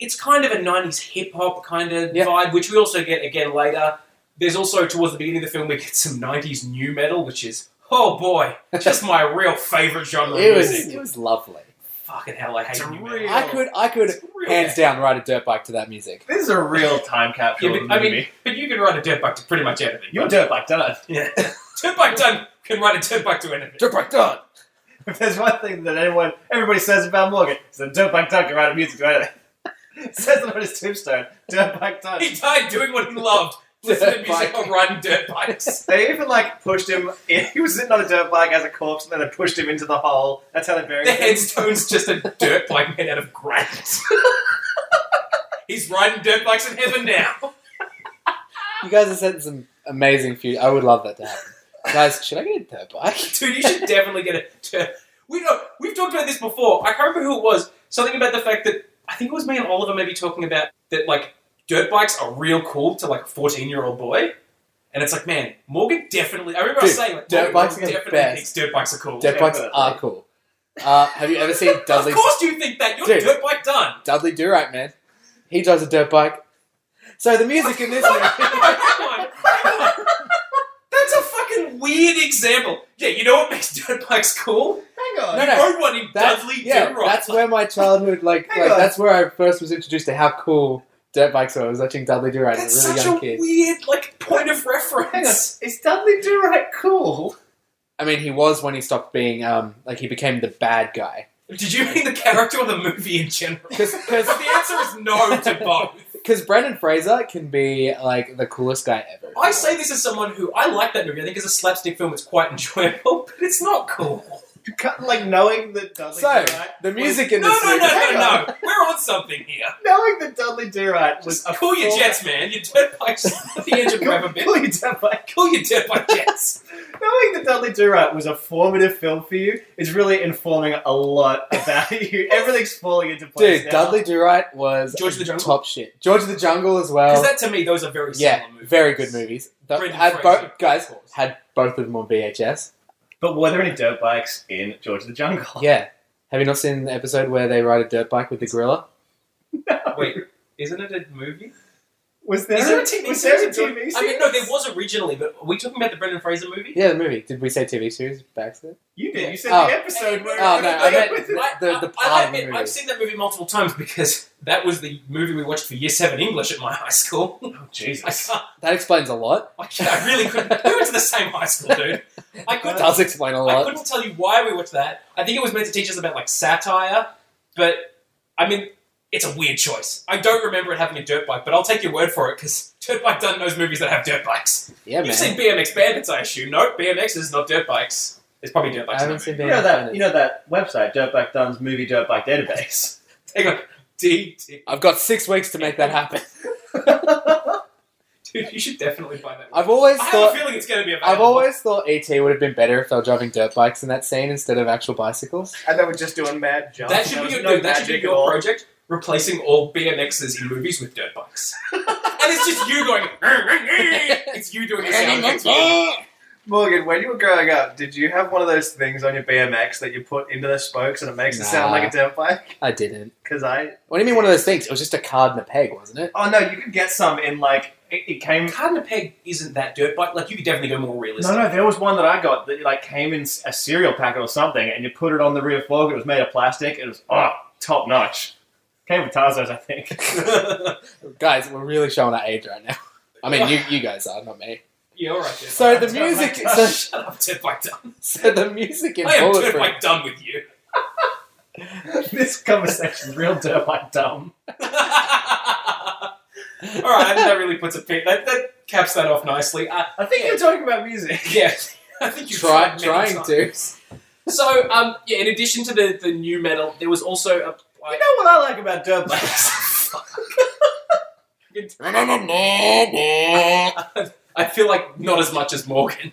Speaker 3: it's kind of a '90s hip hop kind of
Speaker 1: Yeah.
Speaker 3: vibe, which we also get again later. There's also towards the beginning of the film we get some '90s new metal, which is oh boy, just my real favorite genre of
Speaker 1: It was
Speaker 3: music.
Speaker 1: it was lovely.
Speaker 3: Fucking hell, I
Speaker 2: It's
Speaker 3: hate new
Speaker 2: real-
Speaker 3: metal.
Speaker 1: I could I could
Speaker 3: It's real
Speaker 1: hands
Speaker 3: bad.
Speaker 1: down ride a dirt bike to that music.
Speaker 2: This is a real time capsule.
Speaker 3: Yeah,
Speaker 2: of
Speaker 3: but, I
Speaker 2: the
Speaker 3: mean,
Speaker 2: movie.
Speaker 3: but you can ride a dirt bike to pretty much anything.
Speaker 2: your dirt bike done.
Speaker 3: Yeah. dirt bike done can ride a dirt bike to anything.
Speaker 1: Dirt bike done.
Speaker 2: If there's one thing that anyone, everybody says about Morgan, it's that Dirt Bike Duck around music, right? It says it on his tombstone, Dirt Bike Duck.
Speaker 3: He died doing what he loved, listening to
Speaker 1: Dirt
Speaker 3: music
Speaker 1: bike.
Speaker 3: while riding dirt bikes.
Speaker 2: They even like pushed him. In. He was sitting on a dirt bike as a corpse, and then they pushed him into the hole. That's how they buried
Speaker 3: The
Speaker 2: him.
Speaker 3: headstone's just a dirt bike made out of granite. He's riding dirt bikes in heaven now.
Speaker 1: You guys are setting some amazing future. I would love that to happen. guys, should I get a dirt bike?
Speaker 3: Dude, you should definitely get a dirt. We know we've talked about this before. I can't remember who it was. Something about the fact that I think it was me and Oliver maybe talking about that like dirt bikes are real cool to like a fourteen year old boy. And it's like, man, Morgan definitely. I remember I
Speaker 1: Dude,
Speaker 3: was saying, like,
Speaker 1: dirt
Speaker 3: Morgan
Speaker 1: bikes are the
Speaker 3: definitely
Speaker 1: best.
Speaker 3: thinks dirt bikes are cool.
Speaker 1: Dirt bikes are cool. Uh, have you ever seen Dudley
Speaker 3: Of course, you think that you're
Speaker 1: Dude.
Speaker 3: dirt bike done.
Speaker 1: Dudley Do Right Man? He drives a dirt bike. So the music in this
Speaker 3: Hang
Speaker 1: movie.
Speaker 3: on, hang on. That's a fucking weird example. Yeah, you know what makes dirt bikes cool?
Speaker 2: Hang on.
Speaker 1: No,
Speaker 3: you
Speaker 1: no.
Speaker 3: rode one in
Speaker 1: That's,
Speaker 3: Dudley
Speaker 1: yeah,
Speaker 3: Dilroy.
Speaker 1: that's where my childhood like,
Speaker 2: Hang
Speaker 1: like
Speaker 2: on.
Speaker 1: that's where I first was introduced to how cool dirt bikes were. I was watching Dudley Do Right
Speaker 3: That's
Speaker 1: as a really
Speaker 3: such
Speaker 1: young
Speaker 3: a
Speaker 1: kid.
Speaker 3: weird like point of
Speaker 2: Hang on.
Speaker 3: reference.
Speaker 2: Is Dudley Do Right cool?
Speaker 1: I mean, he was when he stopped being um like he became the bad guy.
Speaker 3: Did you mean the character or the movie in general?
Speaker 1: Because
Speaker 3: Because the answer is no to both.
Speaker 1: Because Brendan Fraser can be like the coolest guy ever.
Speaker 3: I say this as someone who I like that movie. I think it's a slapstick film. It's quite enjoyable, but it's not cool.
Speaker 2: You can't, like knowing that Dudley
Speaker 1: so.
Speaker 2: Do Right,
Speaker 1: The music
Speaker 3: No,
Speaker 1: in
Speaker 3: no,
Speaker 1: this
Speaker 3: no,
Speaker 1: movie.
Speaker 3: no,
Speaker 2: Hang
Speaker 3: no.
Speaker 2: on.
Speaker 3: We're on something here.
Speaker 2: knowing that Dudley Do Right was
Speaker 3: Just
Speaker 2: a
Speaker 3: cool your
Speaker 2: full-
Speaker 3: jets, man. Your dirt bikes at the edge of grab a bit.
Speaker 2: Cool your dirt bike.
Speaker 3: Cool your dirt bike jets.
Speaker 2: Knowing that Dudley Do Right was a formative film for you is really informing a lot about you. Everything's falling into place.
Speaker 1: Dude,
Speaker 2: now.
Speaker 1: Dudley Do Right was
Speaker 3: George of the Jungle?
Speaker 1: top shit. George of the Jungle as well.
Speaker 3: Because that to me, those are Oh. very similar
Speaker 1: yeah,
Speaker 3: movies.
Speaker 1: very good movies. Th-
Speaker 3: Brendan
Speaker 1: had
Speaker 3: Fraser,
Speaker 1: both guys
Speaker 3: of course.
Speaker 1: had both of them on VHS.
Speaker 2: But were there any dirt bikes in George of the
Speaker 3: Oh.
Speaker 2: Jungle?
Speaker 1: Yeah. Have you not seen the episode where they ride a dirt bike with the gorilla?
Speaker 2: No.
Speaker 3: Wait, isn't it a movie?
Speaker 2: Was there,
Speaker 3: Is there a TV
Speaker 2: was
Speaker 3: series?
Speaker 2: there a
Speaker 3: of George-
Speaker 2: TV series?
Speaker 3: I mean, no, there was originally, but are we talking about the Brendan Fraser movie?
Speaker 1: Yeah, the movie. Did we say TV series back then?
Speaker 2: You did. You said
Speaker 1: Oh.
Speaker 2: the episode where.
Speaker 1: Oh, no, I meant-
Speaker 3: I,
Speaker 1: The-
Speaker 3: I-
Speaker 1: the
Speaker 3: I,
Speaker 1: part of the
Speaker 3: admit,
Speaker 1: movie.
Speaker 3: I've seen that movie multiple times because that was the movie we watched for Year 7 English at my high school.
Speaker 2: Oh,
Speaker 3: I,
Speaker 2: Jesus.
Speaker 3: can't,
Speaker 1: That explains a lot.
Speaker 3: I, can't, I really couldn't. We went to the same high school, dude. I
Speaker 1: It
Speaker 3: couldn't,
Speaker 1: does explain a
Speaker 3: I
Speaker 1: lot.
Speaker 3: couldn't tell you why we watched that. I think it was meant to teach us about, like, satire, but, I mean, it's a weird choice. I don't remember it having a dirt bike, but I'll take your word for it because Dirt Bike Dunn knows movies that have dirt bikes.
Speaker 1: Yeah,
Speaker 3: You've
Speaker 1: man.
Speaker 3: seen BMX Bandits, I assume. No, BMX is not dirt bikes. It's probably dirt
Speaker 1: I
Speaker 3: bikes. in
Speaker 1: haven't
Speaker 3: that
Speaker 1: seen
Speaker 3: movie.
Speaker 2: You
Speaker 1: Big
Speaker 2: know that.
Speaker 1: Planet.
Speaker 2: You know that website, Dirtbike Dunn's movie Dirtbike Database.
Speaker 3: Hang on. D, D.
Speaker 1: I've got six weeks to make that happen.
Speaker 3: Dude, you should definitely buy that.
Speaker 1: I've always
Speaker 3: I have
Speaker 1: thought
Speaker 3: a feeling it's going to be available.
Speaker 1: I've always thought ET would have been better if they were driving dirt bikes in that scene instead of actual bicycles.
Speaker 2: and they were just doing mad jumps.
Speaker 3: That should be your,
Speaker 2: no
Speaker 3: no, that should be
Speaker 2: magic at
Speaker 3: your
Speaker 2: all.
Speaker 3: project. Replacing all BMXs in movies with dirt bikes. and it's just you going. it's you doing the sound.
Speaker 2: Morgan, when you were growing up, did you have one of those things on your BMX that you put into the spokes and it makes it sound
Speaker 1: Nah.
Speaker 2: like a turnpike?
Speaker 1: I didn't.
Speaker 2: Because I.
Speaker 1: What do you mean one of those things? It was just a card and a peg, wasn't it?
Speaker 2: Oh no, you could get some in like. It, it came.
Speaker 3: Cardinal Peg isn't that dirt bike. Like you could definitely go more realistic.
Speaker 2: No, no, there was one that I got that like came in s- a cereal packet or something, and you put it on the rear fork. It was made of plastic. It was oh, top notch. Came from Tarzan's, I think.
Speaker 1: Guys, we're really showing our age right now. I mean, you, you guys are, not me.
Speaker 3: yeah, all right. Dirt
Speaker 1: So
Speaker 3: bike.
Speaker 1: the
Speaker 3: Dirt bike.
Speaker 1: music- so-
Speaker 3: Shut up, dirt bike done.
Speaker 1: So the music in
Speaker 3: I am dirt
Speaker 1: Bulletproof.
Speaker 3: bike done with you.
Speaker 2: this conversation's real dirt like dumb.
Speaker 3: all right, I think that really puts a pin. That, that caps that off nicely. Uh,
Speaker 2: I think
Speaker 3: Yeah.
Speaker 2: you're talking about music.
Speaker 3: yeah, I think you
Speaker 1: Try,
Speaker 3: tried many
Speaker 1: trying
Speaker 3: times.
Speaker 1: to.
Speaker 3: So, um, yeah. In addition to the the new metal, there was also a.
Speaker 2: You know what I like about dirt bikes?
Speaker 3: I feel like not as much as Morgan.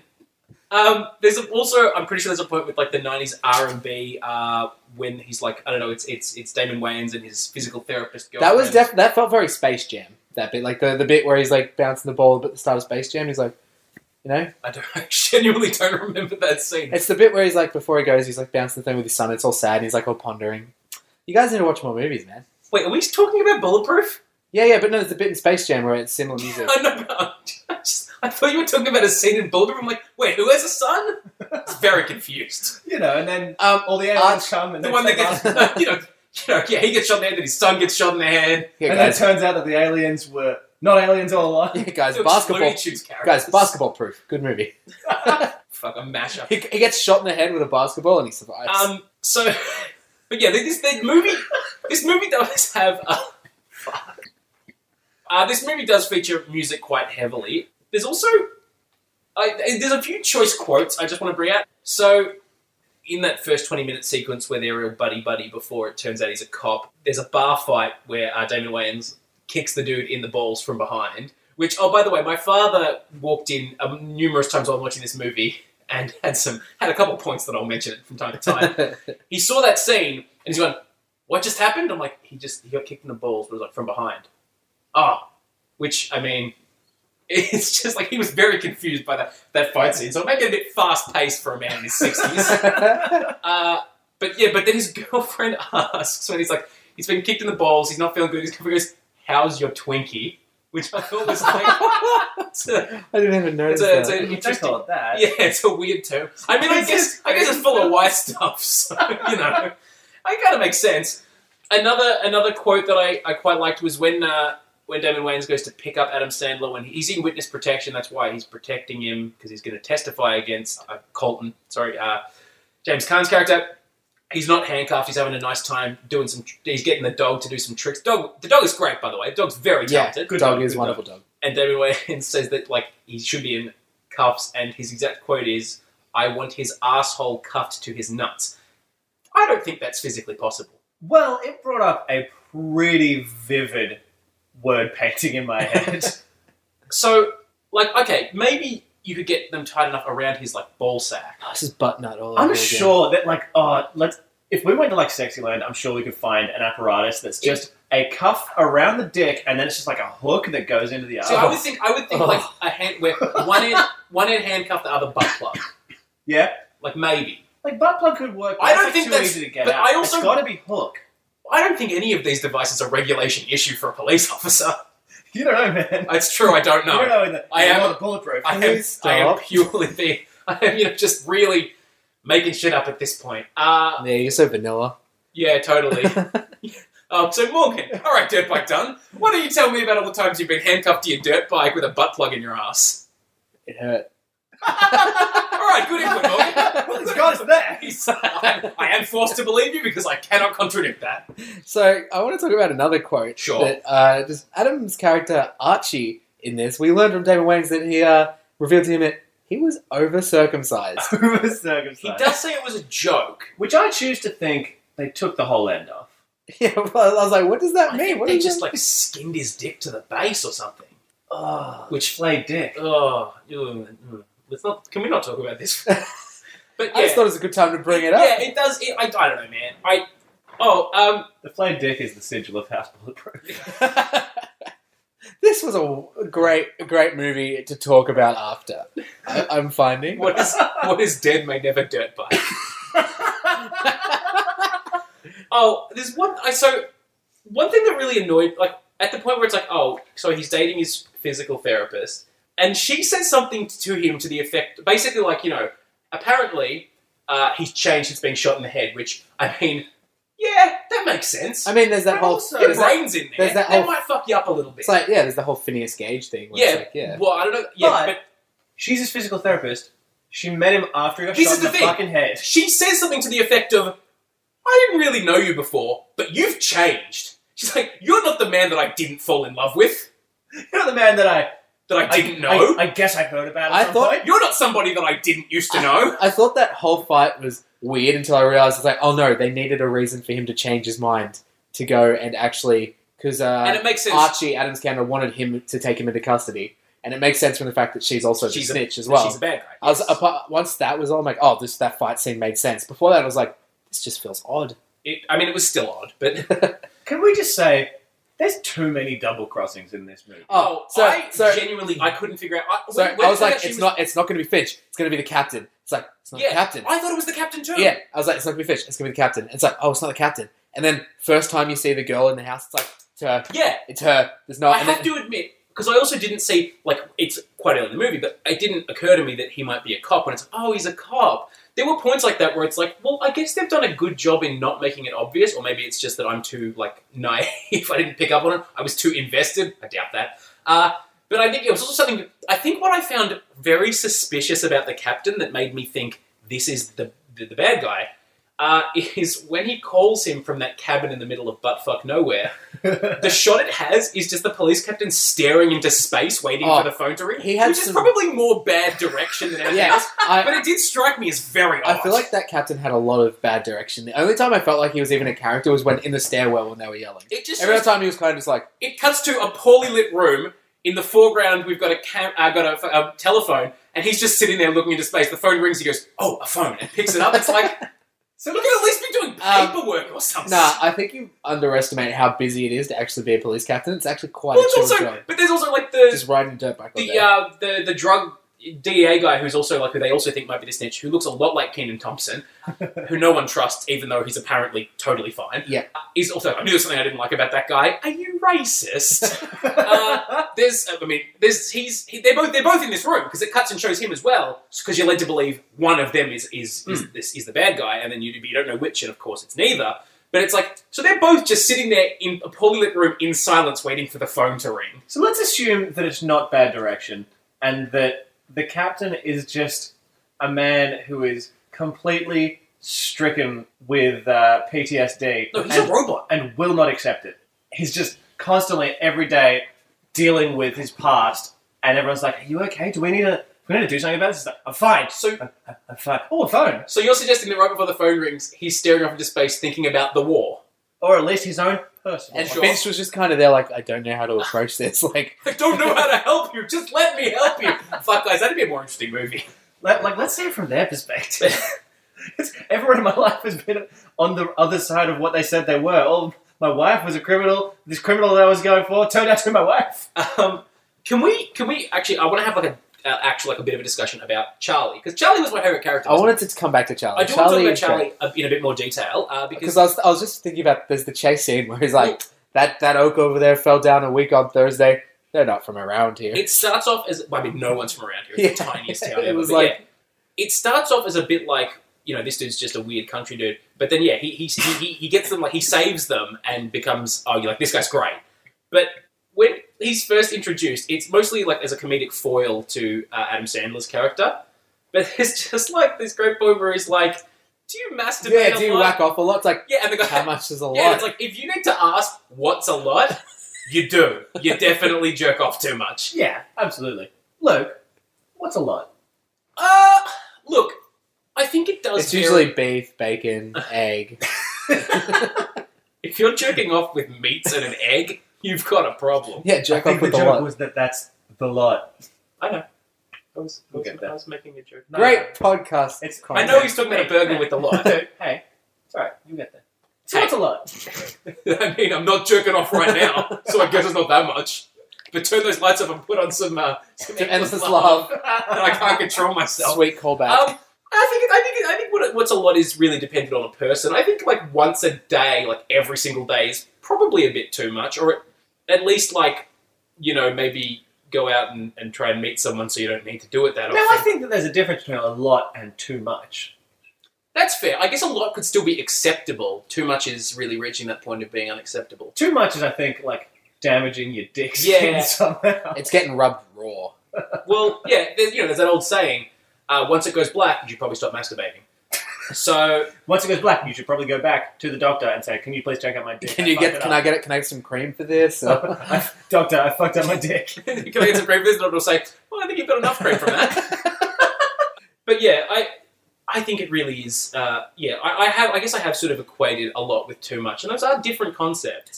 Speaker 3: Um, there's a- also I'm pretty sure there's a point with like the '90s R&B uh, when he's like I don't know it's it's it's Damon Wayans and his physical therapist.
Speaker 1: That was
Speaker 3: girlfriend.
Speaker 1: def- that felt very Space Jam. That bit, like the, the bit where he's like bouncing the ball at the start of Space Jam. He's like, you know,
Speaker 3: I don't I genuinely don't remember that scene.
Speaker 1: it's the bit where he's like before he goes, he's like bouncing the thing with his son. It's all sad. And he's like all pondering. You guys need to watch more movies, man.
Speaker 3: Wait, are we talking about Bulletproof?
Speaker 1: Yeah, yeah, but no, there's a bit in Space Jam where it's similar music.
Speaker 3: I, know, but I, just, I thought you were talking about a scene in Bulletproof. I'm like, wait, who has a son? It's very confused.
Speaker 2: you know, and then
Speaker 1: Um,
Speaker 2: all the aliens come and
Speaker 3: The
Speaker 2: they
Speaker 3: one that
Speaker 2: take
Speaker 3: gets
Speaker 2: off.
Speaker 3: you know. You know, yeah, he gets shot in the head, then his son gets shot in the head.
Speaker 1: yeah,
Speaker 2: and then it
Speaker 1: guys,
Speaker 2: turns out that the aliens were not aliens all along.
Speaker 1: yeah, guys,
Speaker 3: They're just
Speaker 1: basketball,
Speaker 3: Looney Tunes characters.
Speaker 1: guys, basketball proof. Good movie.
Speaker 3: Fuck, a mashup.
Speaker 1: He, he gets shot in the head with a basketball and he survives.
Speaker 3: Um, so, but yeah, this, this movie, this movie does have. Uh, fuck. Uh, this movie does feature music quite heavily. There's also, I, there's a few choice quotes I just want to bring out. So, in that first 20 minute sequence where they're all buddy buddy before it turns out he's a cop, there's a bar fight where uh, Damon Wayans kicks the dude in the balls from behind. Which, oh, by the way, my father walked in um, numerous times while watching this movie and had some had a couple points that I'll mention from time to time he saw that scene and he's going, "What just happened?" I'm like, "He just he got kicked in the balls, but it was like from behind." Ah, which I mean, it's just like he was very confused by that that fight scene. So it might get a bit fast paced for a man in his sixties. uh, but yeah, but then his girlfriend asks when he's like, he's been kicked in the balls, he's not feeling good. His girlfriend goes, "How's your Twinkie?" Which I thought was like, it's a,
Speaker 1: I didn't even notice
Speaker 3: it's a, it's
Speaker 1: that.
Speaker 3: an
Speaker 2: You just
Speaker 3: interesting
Speaker 2: call it that.
Speaker 3: yeah, it's a weird term. I mean, I
Speaker 2: It's
Speaker 3: guess
Speaker 2: just
Speaker 3: I guess it's full of white stuff, so you know, I kind of makes sense. Another another quote that I, I quite liked was when uh, when Damon Wayans goes to pick up Adam Sandler when he's in witness protection. That's why he's protecting him because he's going to testify against uh, Colton. Sorry, uh, James Caan's character. He's not handcuffed. He's having a nice time doing some. tr- He's getting the dog to do some tricks. Dog. The dog is great, by the way. The dog's very
Speaker 1: Yeah.
Speaker 3: talented
Speaker 2: Good
Speaker 1: dog
Speaker 2: dog,
Speaker 1: is
Speaker 2: good
Speaker 1: wonderful dog.
Speaker 3: and David Wayans says that like he should be in cuffs, and his exact quote is, "I want his asshole cuffed to his nuts." I don't think that's physically possible.
Speaker 2: Well, it brought up a pretty vivid word painting in my head.
Speaker 3: So, like, okay, maybe you could get them tight enough around his like ball sack.
Speaker 1: Oh, this is butt nut all over
Speaker 2: I'm
Speaker 1: again.
Speaker 2: sure that, like, oh, let's. If we went to like Sexyland, I'm sure we could find an apparatus that's just a cuff around the dick, and then it's just like a hook that goes into the arm.
Speaker 3: So I would think I would think
Speaker 1: Oh.
Speaker 3: like a hand where one end one end handcuff the other butt plug.
Speaker 2: yeah,
Speaker 3: Like maybe.
Speaker 2: like butt plug could work. But
Speaker 3: I don't
Speaker 2: like,
Speaker 3: think
Speaker 2: too
Speaker 3: that's-
Speaker 2: easy to get
Speaker 3: but
Speaker 2: out.
Speaker 3: I also-
Speaker 2: it's got to be hook.
Speaker 3: I don't think any of these devices are regulation issue for a police officer.
Speaker 2: You don't know, man.
Speaker 3: It's true. I don't know.
Speaker 2: You don't know that
Speaker 3: I am-
Speaker 2: you're not bulletproof.
Speaker 3: I am,
Speaker 1: Please
Speaker 3: I am
Speaker 1: stop.
Speaker 3: purely being, I am, you know, just really making shit up at this point. Uh,
Speaker 1: Yeah, you're so vanilla.
Speaker 3: yeah, totally. um, so Morgan, all right, dirt bike done. Why don't you tell me about all the times you've been handcuffed to your dirt bike with a butt plug in your ass?
Speaker 1: it hurt.
Speaker 3: All right, good input, Morgan.
Speaker 2: Well, it's got us there.
Speaker 3: He's- I I am forced to believe you because I cannot contradict that.
Speaker 1: So I want to talk about another quote.
Speaker 3: Sure.
Speaker 1: That uh, just Adam's character Archie in this, we learned from David Wayne's that he uh, revealed to him that he was over circumcised.
Speaker 2: Over
Speaker 3: He
Speaker 2: circumcised.
Speaker 3: does say it was a joke.
Speaker 2: Which I choose to think they took the whole end off.
Speaker 1: yeah, well, I was like, what does that
Speaker 3: I
Speaker 1: mean?
Speaker 3: think
Speaker 1: What
Speaker 3: they
Speaker 1: is
Speaker 3: just
Speaker 1: that?
Speaker 3: like skinned his dick to the base or something.
Speaker 2: Oh,
Speaker 3: Which-
Speaker 2: which flayed dick.
Speaker 3: Oh, ew, mm. let's not. Can we not talk about this? But
Speaker 1: I
Speaker 3: yeah.
Speaker 1: just thought it was a good time to bring it up.
Speaker 3: Yeah, it does. It, I, I don't know, man. I oh um
Speaker 2: The flayed dick is the sigil of house bulletproof.
Speaker 1: This was a great, great movie to talk about after. I, I'm finding.
Speaker 3: What is um, what is dead may never dirt bike. oh, there's one. I so one thing that really annoyed, like at the point where it's like, oh, so he's dating his physical therapist, and she says something to him to the effect, basically like you know, apparently uh, he's changed since being shot in the head, which I mean, yeah, that makes sense.
Speaker 1: I mean, there's that
Speaker 3: But
Speaker 1: whole.
Speaker 3: also, your
Speaker 1: there's that-
Speaker 3: brains in there.
Speaker 1: there's that
Speaker 3: That,
Speaker 1: whole-
Speaker 3: might fuck you up a little bit.
Speaker 1: it's like yeah, there's the whole Phineas Gage thing. Where It's
Speaker 3: Yeah.
Speaker 1: like, yeah.
Speaker 3: Well, I don't know. Yeah,
Speaker 2: But-
Speaker 3: but
Speaker 2: She's his physical therapist. She met him after he got
Speaker 3: This
Speaker 2: shot
Speaker 3: is
Speaker 2: in
Speaker 3: the
Speaker 2: the,
Speaker 3: thing.
Speaker 2: fucking head.
Speaker 3: she says something to the effect of, I didn't really know you before, but you've changed. She's like, You're not the man that I didn't fall in love with,
Speaker 2: You're the man that I
Speaker 3: that I didn't know.
Speaker 2: I, I guess I heard about. At
Speaker 1: I
Speaker 2: some
Speaker 1: thought-
Speaker 2: point.
Speaker 3: You're not somebody that I didn't used to know.
Speaker 1: I thought that whole fight was weird until I realized it's like, oh no, they needed a reason for him to change his mind to go and actually because
Speaker 3: and
Speaker 1: uh,
Speaker 3: it makes sense.
Speaker 1: Archie Adams Cameron wanted him to take him into custody, and it makes sense from the fact that she's also
Speaker 3: She's a-
Speaker 1: the snitch as
Speaker 3: that
Speaker 1: well.
Speaker 3: She's a bad guy.
Speaker 1: I was
Speaker 3: Yes.
Speaker 1: apart, once that was on, I'm like, oh, this that fight scene made sense. Before that, I was like, this just feels odd.
Speaker 3: It- I mean, it was still odd, but
Speaker 2: Can we just say there's too many double crossings in this movie?
Speaker 1: Oh,
Speaker 3: oh,
Speaker 1: so-
Speaker 3: I
Speaker 1: so-
Speaker 3: genuinely I couldn't figure out. I,
Speaker 1: so
Speaker 3: when- when
Speaker 1: I was
Speaker 3: found
Speaker 1: like,
Speaker 3: out she
Speaker 1: it's
Speaker 3: was-
Speaker 1: not, it's not going to be Finch. It's going to be the captain. It's like it's not
Speaker 3: Yeah.
Speaker 1: the captain.
Speaker 3: I thought it was the captain too.
Speaker 1: Yeah, I was like, it's not gonna be Fish. It's gonna be the captain. It's like, oh, it's not the captain. And then first time you see the girl in the house, it's like, it's her.
Speaker 3: yeah.
Speaker 1: It's her. There's no.
Speaker 3: I
Speaker 1: and
Speaker 3: have
Speaker 1: then,
Speaker 3: to admit, because I also didn't see, like, it's quite early in the movie, but it didn't occur to me that he might be a cop. And it's, oh, he's a cop. There were points like that where it's like, well, I guess they've done a good job in not making it obvious, or maybe it's just that I'm too, like, naive. I didn't pick up on it. I was too invested. I doubt that. Uh, but I think it was also something, I think what I found very suspicious about the captain that made me think this is the, the, the bad guy. Uh, is when he calls him from that cabin in the middle of buttfuck nowhere, the shot it has is just the police captain staring into space, waiting
Speaker 1: Oh,
Speaker 3: for the phone to ring.
Speaker 1: he had
Speaker 3: which is
Speaker 1: some-
Speaker 3: probably more bad direction than anything
Speaker 1: yeah,
Speaker 3: else. But
Speaker 1: I,
Speaker 3: it did strike me as very odd.
Speaker 1: I feel like that captain had a lot of bad direction. The only time I felt like he was even a character was when in the stairwell when they were yelling.
Speaker 3: it just
Speaker 1: Every other time he was kind of just like,
Speaker 3: it cuts to a poorly lit room. In the foreground, we've got a cam- uh, got a, a telephone, and he's just sitting there looking into space. The phone rings. He goes, "Oh, a phone," and picks it up. It's like
Speaker 2: so
Speaker 3: you could at least be doing
Speaker 1: Um,
Speaker 3: paperwork or something.
Speaker 1: nah, I think you underestimate how busy it is to actually be a police captain. It's actually quite
Speaker 3: Well,
Speaker 1: a
Speaker 3: it's
Speaker 1: chill
Speaker 3: also,
Speaker 1: job.
Speaker 3: but there's also like the
Speaker 1: Just riding a dirt bike all
Speaker 3: the
Speaker 1: day.
Speaker 3: uh, the the drug DEA guy who's also like who they also think might be the snitch, who looks a lot like Keenan Thompson, who no one trusts, even though he's apparently totally fine.
Speaker 1: Yeah.
Speaker 3: uh, is also I knew there was something I didn't like about that guy. Are you racist? Uh, there's I mean there's he's he, they're both they're both in this room because it cuts and shows him as well because you're led to believe one of them is is is this is the bad guy and then you you don't know which and of course it's neither. But it's like so they're both just sitting there in a poorly lit room in silence waiting for the phone to ring.
Speaker 2: So let's assume that it's not bad direction and that the captain is just a man who is completely stricken with uh, PTSD
Speaker 3: No, he's a
Speaker 2: and,
Speaker 3: robot.
Speaker 2: and will not accept it. He's just constantly every day dealing with his past, and everyone's like, "Are you okay? Do we need to? We need to do something about this?" He's like, I'm fine.
Speaker 3: So-
Speaker 2: I'm, I'm- I'm fine. Oh, a phone,
Speaker 3: So you're suggesting that right before the phone rings, he's staring off into space thinking about the war.
Speaker 2: or at least his own personal.
Speaker 1: and
Speaker 3: sure.
Speaker 1: Finch was just kind of there, like, I don't know how to approach this. Like,
Speaker 3: I don't know how to help you. Just let me help you. Fuck, guys, that'd be a more interesting movie.
Speaker 2: Let, like, let's see it from their perspective. it's, everyone in my life has been on the other side of what they said they were. Oh, my wife was a criminal. This criminal that I was going for turned out to be my wife.
Speaker 3: Um, can we? Can we actually? I want to have like a uh, actual like a bit of a discussion about Charlie because Charlie was my favorite character.
Speaker 1: I wanted to come back to Charlie.
Speaker 3: I do
Speaker 1: Charlie
Speaker 3: want
Speaker 1: is
Speaker 3: to
Speaker 1: great.
Speaker 3: talk about Charlie a- in a bit more detail uh,
Speaker 1: Because
Speaker 3: because
Speaker 1: I was, I was just thinking about there's the chase scene where he's like, that, that oak over there fell down a week on Thursday. They're not from around here.
Speaker 3: it starts off as well, I mean, no one's from around here. It's
Speaker 1: Yeah.
Speaker 3: the tiniest town ever.
Speaker 1: it was
Speaker 3: but yeah.
Speaker 1: like,
Speaker 3: it starts off as a bit like you know this dude's just a weird country dude, but then yeah, he he he, he- he gets them like he saves them and becomes oh you're like this guy's great, but when he's first introduced, it's mostly like as a comedic foil to uh, Adam Sandler's character, but it's just like this great point where he's like, do you masturbate
Speaker 1: yeah,
Speaker 3: a
Speaker 1: do you
Speaker 3: lot?
Speaker 1: whack off a lot? It's like,
Speaker 3: yeah, and the guy
Speaker 1: how much is a lot?
Speaker 3: yeah, it's like if you need to ask what's a lot, you do. You definitely jerk off too much.
Speaker 2: Yeah, absolutely. Look, what's a lot?
Speaker 3: Uh, look, I think it does.
Speaker 1: it's
Speaker 3: vary.
Speaker 1: usually beef, bacon, egg.
Speaker 3: If you're jerking off with meats and an egg, you've got a problem.
Speaker 1: Yeah, jack
Speaker 2: I
Speaker 1: off
Speaker 2: think the
Speaker 1: with a
Speaker 2: joke
Speaker 1: lot.
Speaker 2: was that that's the lot.
Speaker 3: I know. I was,
Speaker 2: I was- I
Speaker 3: making a joke.
Speaker 2: No,
Speaker 1: Great podcast.
Speaker 2: It's-
Speaker 1: content.
Speaker 3: I know he's talking about a burger with a
Speaker 2: no.
Speaker 3: lot.
Speaker 2: hey, it's alright. You get there. So what's a lot?
Speaker 3: I mean, I'm not jerking off right now, so I guess it's not that much. But turn those lights off and put on some uh, some
Speaker 1: And
Speaker 3: Endless
Speaker 1: this
Speaker 3: love.
Speaker 1: love.
Speaker 3: and I can't control myself.
Speaker 1: Sweet callback.
Speaker 3: Um, I think I think I think what, what's a lot is really dependent on a person. I think like once a day, like every single day, is probably a bit too much, or at, at least like you know maybe go out and, and try and meet someone so you don't need to do it that
Speaker 2: No, I
Speaker 3: often.
Speaker 2: think that there's a difference between a lot and too much.
Speaker 3: That's fair. I guess a lot could still be acceptable. Too much is really reaching that point of being unacceptable.
Speaker 2: Too much is, I think, like damaging your dick
Speaker 3: Yeah.
Speaker 2: skin somehow.
Speaker 1: it's getting rubbed raw.
Speaker 3: Well, yeah, there's, you know, there's that old saying: uh, once it goes black, you should probably stop masturbating. So
Speaker 2: Once it goes black, you should probably go back to the doctor and say, "Can you please check out my dick?"
Speaker 1: Can
Speaker 2: I
Speaker 1: you
Speaker 2: fucked
Speaker 1: get?
Speaker 2: it
Speaker 1: Can I
Speaker 2: up."
Speaker 1: get it? Can I get some cream for this? Or-
Speaker 2: I- doctor, I fucked up my dick.
Speaker 3: can I get some cream? This doctor will say, "Well, I think you've got enough cream from that." but yeah, I I think it really is. Uh, yeah, I, I have. I guess I have sort of equated a lot with too much, and those are different concepts.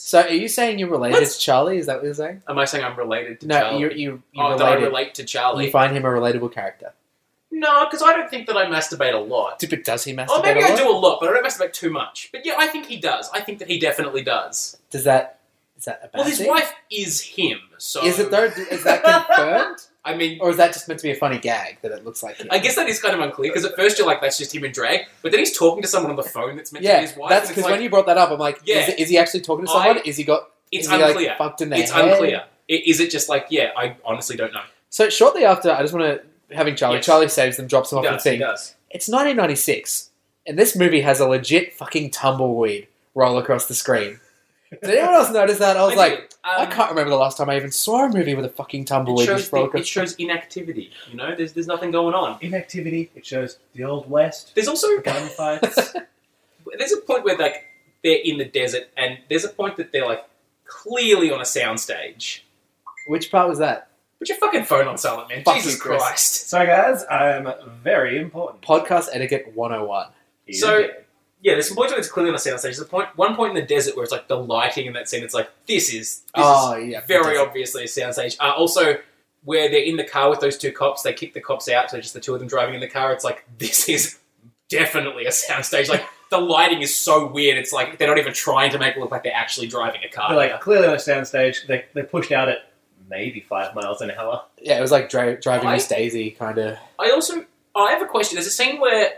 Speaker 1: so, are you saying you're related
Speaker 3: Let's-
Speaker 1: to Charlie? Is that what you're saying?
Speaker 3: Am I saying I'm related to
Speaker 1: No,
Speaker 3: Charlie?
Speaker 1: you you you
Speaker 3: oh, that I
Speaker 1: related.
Speaker 3: relate to Charlie?
Speaker 1: You find him a relatable character.
Speaker 3: No, because I don't think that I masturbate a lot.
Speaker 1: But does he masturbate?
Speaker 3: Or maybe
Speaker 1: a
Speaker 3: I
Speaker 1: lot?
Speaker 3: do a lot, but I don't masturbate too much. But yeah, I think he does. I think that he definitely does.
Speaker 1: Does that is that a bad
Speaker 3: Well, his
Speaker 1: thing?
Speaker 3: wife is him, so
Speaker 1: Is it though? Is that confirmed,
Speaker 3: I mean,
Speaker 1: or is that just meant to be a funny gag that it looks like? him?
Speaker 3: I guess that is kind of unclear because at first you're like, that's just him in drag, but then he's talking to someone on the phone that's meant to
Speaker 1: yeah,
Speaker 3: be his wife.
Speaker 1: that's
Speaker 3: and
Speaker 1: because
Speaker 3: it's like,
Speaker 1: when you brought that up, I'm like,
Speaker 3: Yeah.
Speaker 1: is, is he actually talking to someone? is he got?
Speaker 3: it's
Speaker 1: is he, like,
Speaker 3: unclear.
Speaker 1: fucked in the
Speaker 3: it's
Speaker 1: head?
Speaker 3: unclear. I- Is it just like, yeah, I honestly don't know.
Speaker 1: So shortly after, I just want to having Charlie.
Speaker 3: Yes.
Speaker 1: Charlie saves them, drops them
Speaker 3: He
Speaker 1: off the
Speaker 3: does, he
Speaker 1: thing.
Speaker 3: does.
Speaker 1: It's 1996, and this movie has a legit fucking tumbleweed roll across the screen. Did anyone else notice that? I was like,
Speaker 3: did, um,
Speaker 1: I can't remember the last time I even saw a movie with a fucking
Speaker 3: It
Speaker 1: tumbleweed
Speaker 3: shows,
Speaker 1: just roll
Speaker 3: the- it
Speaker 1: across.
Speaker 3: shows inactivity, you know? There's, there's nothing going on.
Speaker 2: Inactivity. It shows the old west.
Speaker 3: There's also
Speaker 2: The gun fights.
Speaker 3: there's a point where like they're in the desert and there's a point that they're like clearly on a soundstage.
Speaker 1: Which part was that?
Speaker 3: Put your fucking phone on silent, man.
Speaker 1: Fuck
Speaker 3: Jesus
Speaker 1: you, Chris.
Speaker 3: Christ.
Speaker 2: so, guys, I'm very important.
Speaker 1: Podcast etiquette 101.
Speaker 3: So- Yeah, there's some points where it's clearly on a soundstage. There's a point, one point in the desert where it's like the lighting in that scene. It's like this is this
Speaker 1: oh
Speaker 3: is
Speaker 1: yeah,
Speaker 3: very
Speaker 1: fantastic.
Speaker 3: obviously a soundstage. Uh, also, where they're in the car with those two cops, they kick the cops out. So just the two of them driving in the car. It's like this is definitely a soundstage. Like the lighting is so weird. It's like they're not even trying to make it look like they're actually driving a
Speaker 1: uh,
Speaker 3: car.
Speaker 2: they're like clearly on a soundstage. They they pushed out at maybe five miles an hour.
Speaker 1: Yeah, it was like dri- driving
Speaker 3: I-
Speaker 1: Miss Daisy kind of.
Speaker 3: I also I have a question. There's a scene where,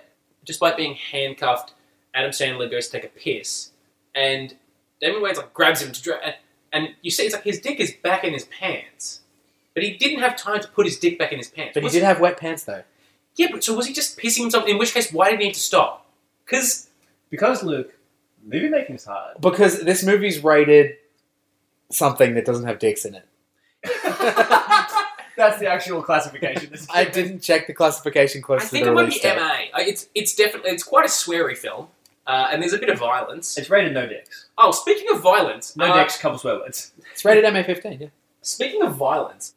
Speaker 3: despite being handcuffed, Adam Sandler goes to take a piss, and Damon Wayans like grabs him to dra- and you see it's like his dick is back in his pants, but he didn't have time to put his dick back in his pants.
Speaker 1: But he
Speaker 3: Was-
Speaker 1: did have wet pants though.
Speaker 3: yeah, but so was he just pissing himself? In which case, why did he need to stop? Because
Speaker 2: Because Luke, movie making's hard.
Speaker 1: Because this movie's rated something that doesn't have dicks in it.
Speaker 2: That's the actual classification. This is-
Speaker 1: I didn't check the classification
Speaker 3: I
Speaker 1: close to
Speaker 3: think
Speaker 1: the
Speaker 3: it might
Speaker 1: release
Speaker 3: be
Speaker 1: date.
Speaker 3: MA. I- It's it's definitely it's quite a sweary film, uh, and there's a bit of violence.
Speaker 2: It's rated no dicks.
Speaker 3: Oh, speaking of violence,
Speaker 2: No
Speaker 3: uh,
Speaker 2: dicks, couple swear words.
Speaker 1: It's rated MA fifteen. Yeah.
Speaker 3: Speaking of violence,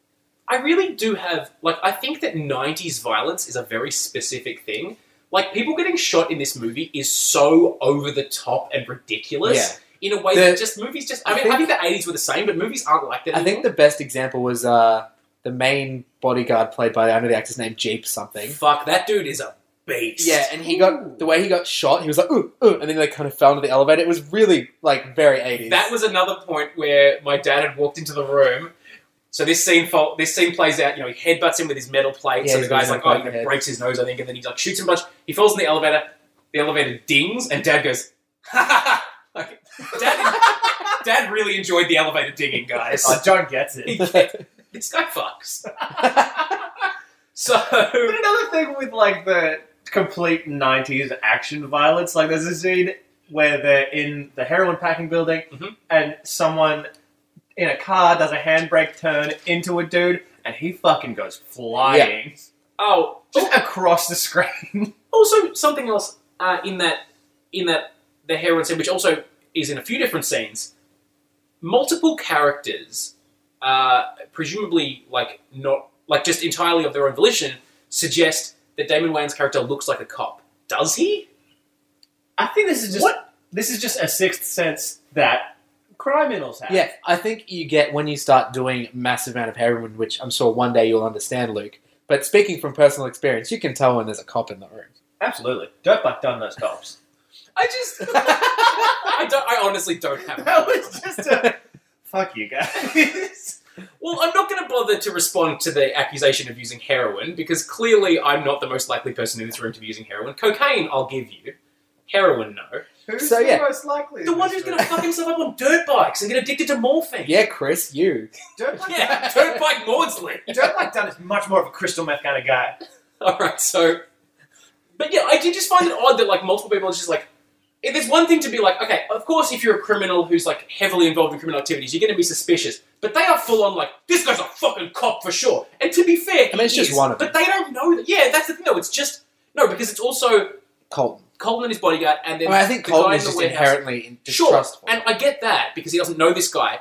Speaker 3: I really do have like I think that 90s violence is a very specific thing. Like people getting shot in this movie is so over the top and ridiculous in a way
Speaker 1: The-
Speaker 3: that just movies just I,
Speaker 1: I
Speaker 3: mean I think
Speaker 1: think-
Speaker 3: the 80s were the same, but movies aren't like that.
Speaker 1: I think the best example was uh, the main bodyguard played by I know the actor's name Jeep
Speaker 3: anymore.
Speaker 1: something.
Speaker 3: fuck that dude is a beast.
Speaker 1: Yeah, and he got the way he got shot. He was like ooh ooh, and then they kind of fell into the elevator. It was really like very eighties.
Speaker 3: That was another point where my dad had walked into the room. So this scene fol- this scene plays out. You know, he headbutts him with his metal plate.
Speaker 1: Yeah,
Speaker 3: so the
Speaker 1: he's got
Speaker 3: guy's
Speaker 1: his
Speaker 3: like,
Speaker 1: metal
Speaker 3: oh,
Speaker 1: plate in
Speaker 3: you
Speaker 1: the
Speaker 3: know,
Speaker 1: head.
Speaker 3: breaks his nose, I think, and then he like shoots him a bunch. He falls in the elevator. The elevator dings, and dad goes, ha ha ha. Like, dad, dad really enjoyed the elevator dinging, guys.
Speaker 2: Oh, John gets
Speaker 3: He
Speaker 2: it.
Speaker 3: gets- this guy fucks. so
Speaker 2: But another thing with like the complete '90s action violence, like there's a scene where they're in the heroin packing building,
Speaker 3: Mhm.
Speaker 2: and someone in a car does a handbrake turn into a dude, and he fucking goes flying
Speaker 3: oh,
Speaker 2: just across the screen.
Speaker 3: also something else uh, in that in that the heroine scene, which also is in a few different scenes, multiple characters, uh, presumably like not like just entirely of their own volition, suggest that Damon Wayans' character looks like a cop. Does he?
Speaker 2: I think this is just
Speaker 3: What?
Speaker 2: this is just a sixth sense that criminals have.
Speaker 1: Yeah, I think you get when you start doing massive amount of heroin, which I'm sure one day you'll understand, Luke. But speaking from personal experience, you can tell when there's a cop in the room.
Speaker 2: absolutely. Dirtbag done those cops.
Speaker 3: I just I don't. I honestly don't have.
Speaker 2: that was just a fuck you guys.
Speaker 3: Well, I'm not going to bother to respond to the accusation of using heroin because clearly I'm not the most likely person in this room to be using heroin. Cocaine, I'll give you. Heroin, no.
Speaker 2: Who's
Speaker 1: So,
Speaker 2: the
Speaker 1: yeah.
Speaker 2: most likely? in
Speaker 3: The one
Speaker 2: this
Speaker 3: who's going to
Speaker 2: room?
Speaker 3: fuck himself up on dirt bikes and get addicted to morphine.
Speaker 1: Yeah, Chris, you.
Speaker 2: Dirt Bike-
Speaker 3: yeah dirt bike Maudsley.
Speaker 2: Dirt Bike Dunn is much more of a crystal meth kind of guy.
Speaker 3: All right, so, but yeah, I did just find it odd that like multiple people are just like, if there's one thing to be like, okay, of course, if you're a criminal who's like heavily involved in criminal activities, you're going to be suspicious. But they are full on like, this guy's a fucking cop for sure. And to be fair,
Speaker 1: I mean, it's
Speaker 3: he
Speaker 1: just
Speaker 3: is,
Speaker 1: one of
Speaker 3: But they don't know that. Yeah, that's the thing though. It's just no, because it's also
Speaker 1: Colton.
Speaker 3: Colton and his bodyguard, and
Speaker 1: I
Speaker 3: then
Speaker 1: mean, I think
Speaker 3: the guy
Speaker 1: Colton
Speaker 3: in
Speaker 1: is
Speaker 3: the
Speaker 1: just
Speaker 3: warehouse.
Speaker 1: inherently in-
Speaker 3: Sure,
Speaker 1: distrustful.
Speaker 3: And I get that because he doesn't know this guy.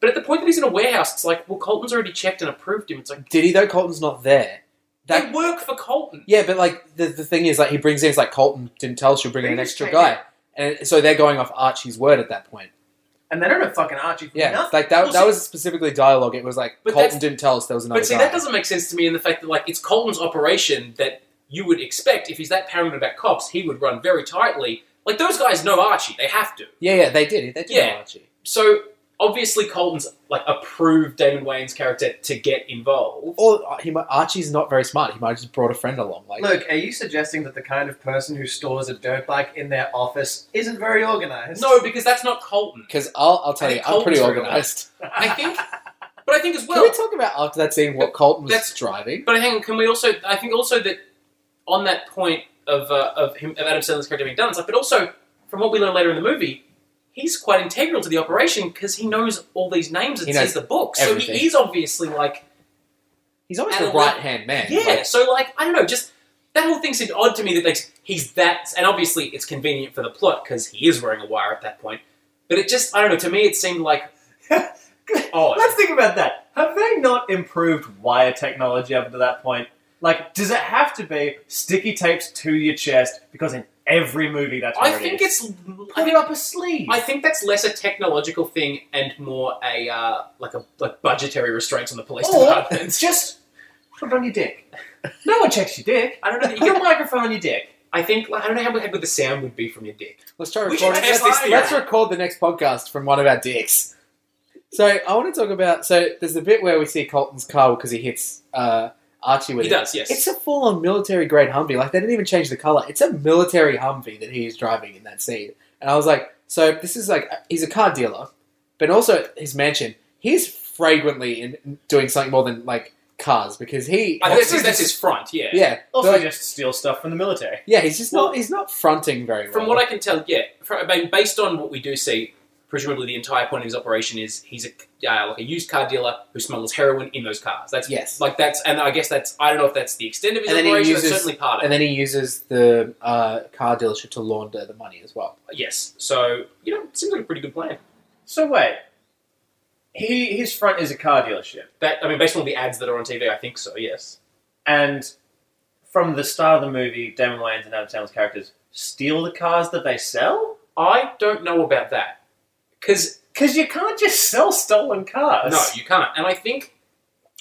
Speaker 3: But at the point that he's in a warehouse, it's like, well, Colton's already checked and approved him. It's like
Speaker 1: Did he though? Colton's not there. That
Speaker 3: they work for Colton.
Speaker 1: Yeah, but like the, the thing is, like he brings in, it's like Colton didn't tell us she'll bring in an
Speaker 2: They
Speaker 1: extra
Speaker 2: just
Speaker 1: guy,
Speaker 2: take
Speaker 1: and so they're going off Archie's word at that point.
Speaker 2: And they don't have fucking Archie for
Speaker 1: Yeah,
Speaker 2: nothing.
Speaker 1: like that,
Speaker 3: Well,
Speaker 1: that
Speaker 3: see-
Speaker 1: was specifically dialogue. It was like
Speaker 3: But
Speaker 1: Colton
Speaker 3: that's-
Speaker 1: didn't tell us there was another
Speaker 3: But see,
Speaker 1: guy.
Speaker 3: that doesn't make sense to me in the fact that like it's Colton's operation that you would expect if he's that paranoid about cops, he would run very tightly. Like those guys know Archie, they have to.
Speaker 1: yeah, yeah, they did. They did
Speaker 3: Yeah.
Speaker 1: know Archie.
Speaker 3: So obviously Colton's like approved Damon Wayne's character to get involved.
Speaker 1: Or uh, he might, Archie's not very smart. He might have just brought a friend along. Like,
Speaker 2: Look, are you suggesting that the kind of person who stores a dirt bike in their office isn't very organized?
Speaker 3: No, because that's not Colton.
Speaker 1: because I'll, I'll tell
Speaker 3: I
Speaker 1: you,
Speaker 3: think
Speaker 1: I'm pretty
Speaker 3: Colton's
Speaker 1: organized.
Speaker 3: I think but I think as
Speaker 1: Can
Speaker 3: well
Speaker 1: we talk about after that scene what Colton was
Speaker 3: that's-
Speaker 1: driving?
Speaker 3: But hang on, can we also? I think also that on that point of uh, of him of Adam Sandler's character being done, it's like, but also from what we learn later in the movie, he's quite integral to the operation because he knows all these names and
Speaker 1: He knows
Speaker 3: sees the book, so
Speaker 1: everything.
Speaker 3: he is obviously like,
Speaker 1: He's always
Speaker 3: And
Speaker 1: the
Speaker 3: a lot-
Speaker 1: right hand man.
Speaker 3: yeah.
Speaker 1: Like,
Speaker 3: so like, I don't know, just that whole thing seemed odd to me that like he's that, and obviously it's convenient for the plot because he is wearing a wire at that point. But it just, I don't know, to me it seemed like odd.
Speaker 2: Let's think about that. Have they not improved wire technology up to that point? Like, does it have to be sticky tapes to your chest? Because in every movie, that's what
Speaker 3: I think it's, I
Speaker 2: put
Speaker 3: think
Speaker 2: it up a sleeve.
Speaker 3: I think that's less a technological thing and more a uh, like a like budgetary restraints on the police
Speaker 2: or
Speaker 3: department.
Speaker 2: just put it on your dick. No one checks your dick.
Speaker 3: I don't know. That you
Speaker 2: Put your
Speaker 3: can,
Speaker 2: microphone on your dick.
Speaker 3: I think like, I don't know how good the sound would be from your dick.
Speaker 1: Let's try
Speaker 3: We should
Speaker 1: recording.
Speaker 3: test
Speaker 1: let's,
Speaker 3: this
Speaker 1: let's
Speaker 3: theory.
Speaker 1: record the next podcast from one of our dicks. So I want to talk about. So there's the bit where we see Colton's car because he hits uh, Archie with
Speaker 3: He
Speaker 1: it.
Speaker 3: does, yes.
Speaker 1: It's a full-on military-grade Humvee. Like they didn't even change the color. It's a military Humvee that he is driving in that scene. And I was like, so this is like he's a car dealer, but also his mansion. He's fragrantly in doing something more than like cars because he.
Speaker 3: I think that's, his,
Speaker 2: Also
Speaker 3: that's his front, yeah.
Speaker 1: yeah,
Speaker 2: Also,
Speaker 1: Like-
Speaker 2: just steal stuff from the military.
Speaker 1: yeah. He's just
Speaker 3: Well-
Speaker 1: not. He's not fronting very
Speaker 3: From
Speaker 1: well.
Speaker 3: what I can tell, yeah. From, I mean, based on what we do see, presumably the entire point of his operation is he's a uh, like a used car dealer who smuggles heroin in those cars. That's
Speaker 1: yes.
Speaker 3: like that's, and I guess that's I don't know if that's the extent of his
Speaker 1: And then he
Speaker 3: operation.
Speaker 1: uses-
Speaker 3: that's certainly part of
Speaker 1: And then he uses the uh, car dealership to launder the money as well.
Speaker 3: it. Yes. So you know, it seems like a pretty good plan.
Speaker 2: So wait, he his front is a car dealership,
Speaker 3: That I mean, based on all the ads that are on TV, I think so. Yes.
Speaker 2: and from the start of the movie, Damon Wayans and Adam Sandler's characters steal the cars that they sell.
Speaker 3: I don't know about that because
Speaker 2: Because you can't just sell stolen cars.
Speaker 3: no, you can't. And I think,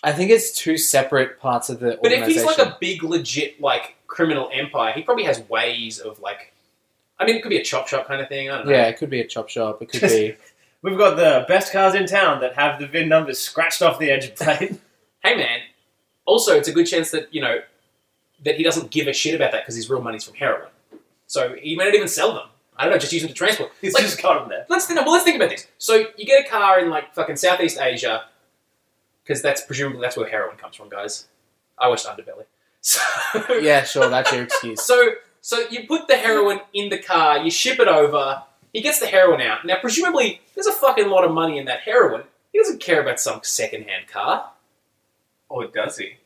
Speaker 1: I think it's two separate parts of the
Speaker 3: but if he's
Speaker 1: organization.
Speaker 3: like a big legit like criminal empire, he probably has ways of like. I mean, it could be a chop shop kind of thing. I don't know.
Speaker 1: yeah, it could be a chop shop. It could be
Speaker 2: We've got the best cars in town that have the VIN numbers scratched off the edge of plate.
Speaker 3: Hey man. Also, it's a good chance that you know that he doesn't give a shit about that because his real money's from heroin. So he may not even sell them. I don't know. Just use them to transport.
Speaker 2: He's
Speaker 3: Like-
Speaker 2: just got them there.
Speaker 3: Let's think. Well, let's think about this. So you get a car in like fucking Southeast Asia, because that's presumably that's where heroin comes from, guys. I watched Underbelly. So
Speaker 1: yeah, sure. That's your excuse.
Speaker 3: So so you put the heroin in the car, you ship it over. He gets the heroin out. Now presumably there's a fucking lot of money in that heroin. He doesn't care about some secondhand car.
Speaker 2: Or Oh, does he?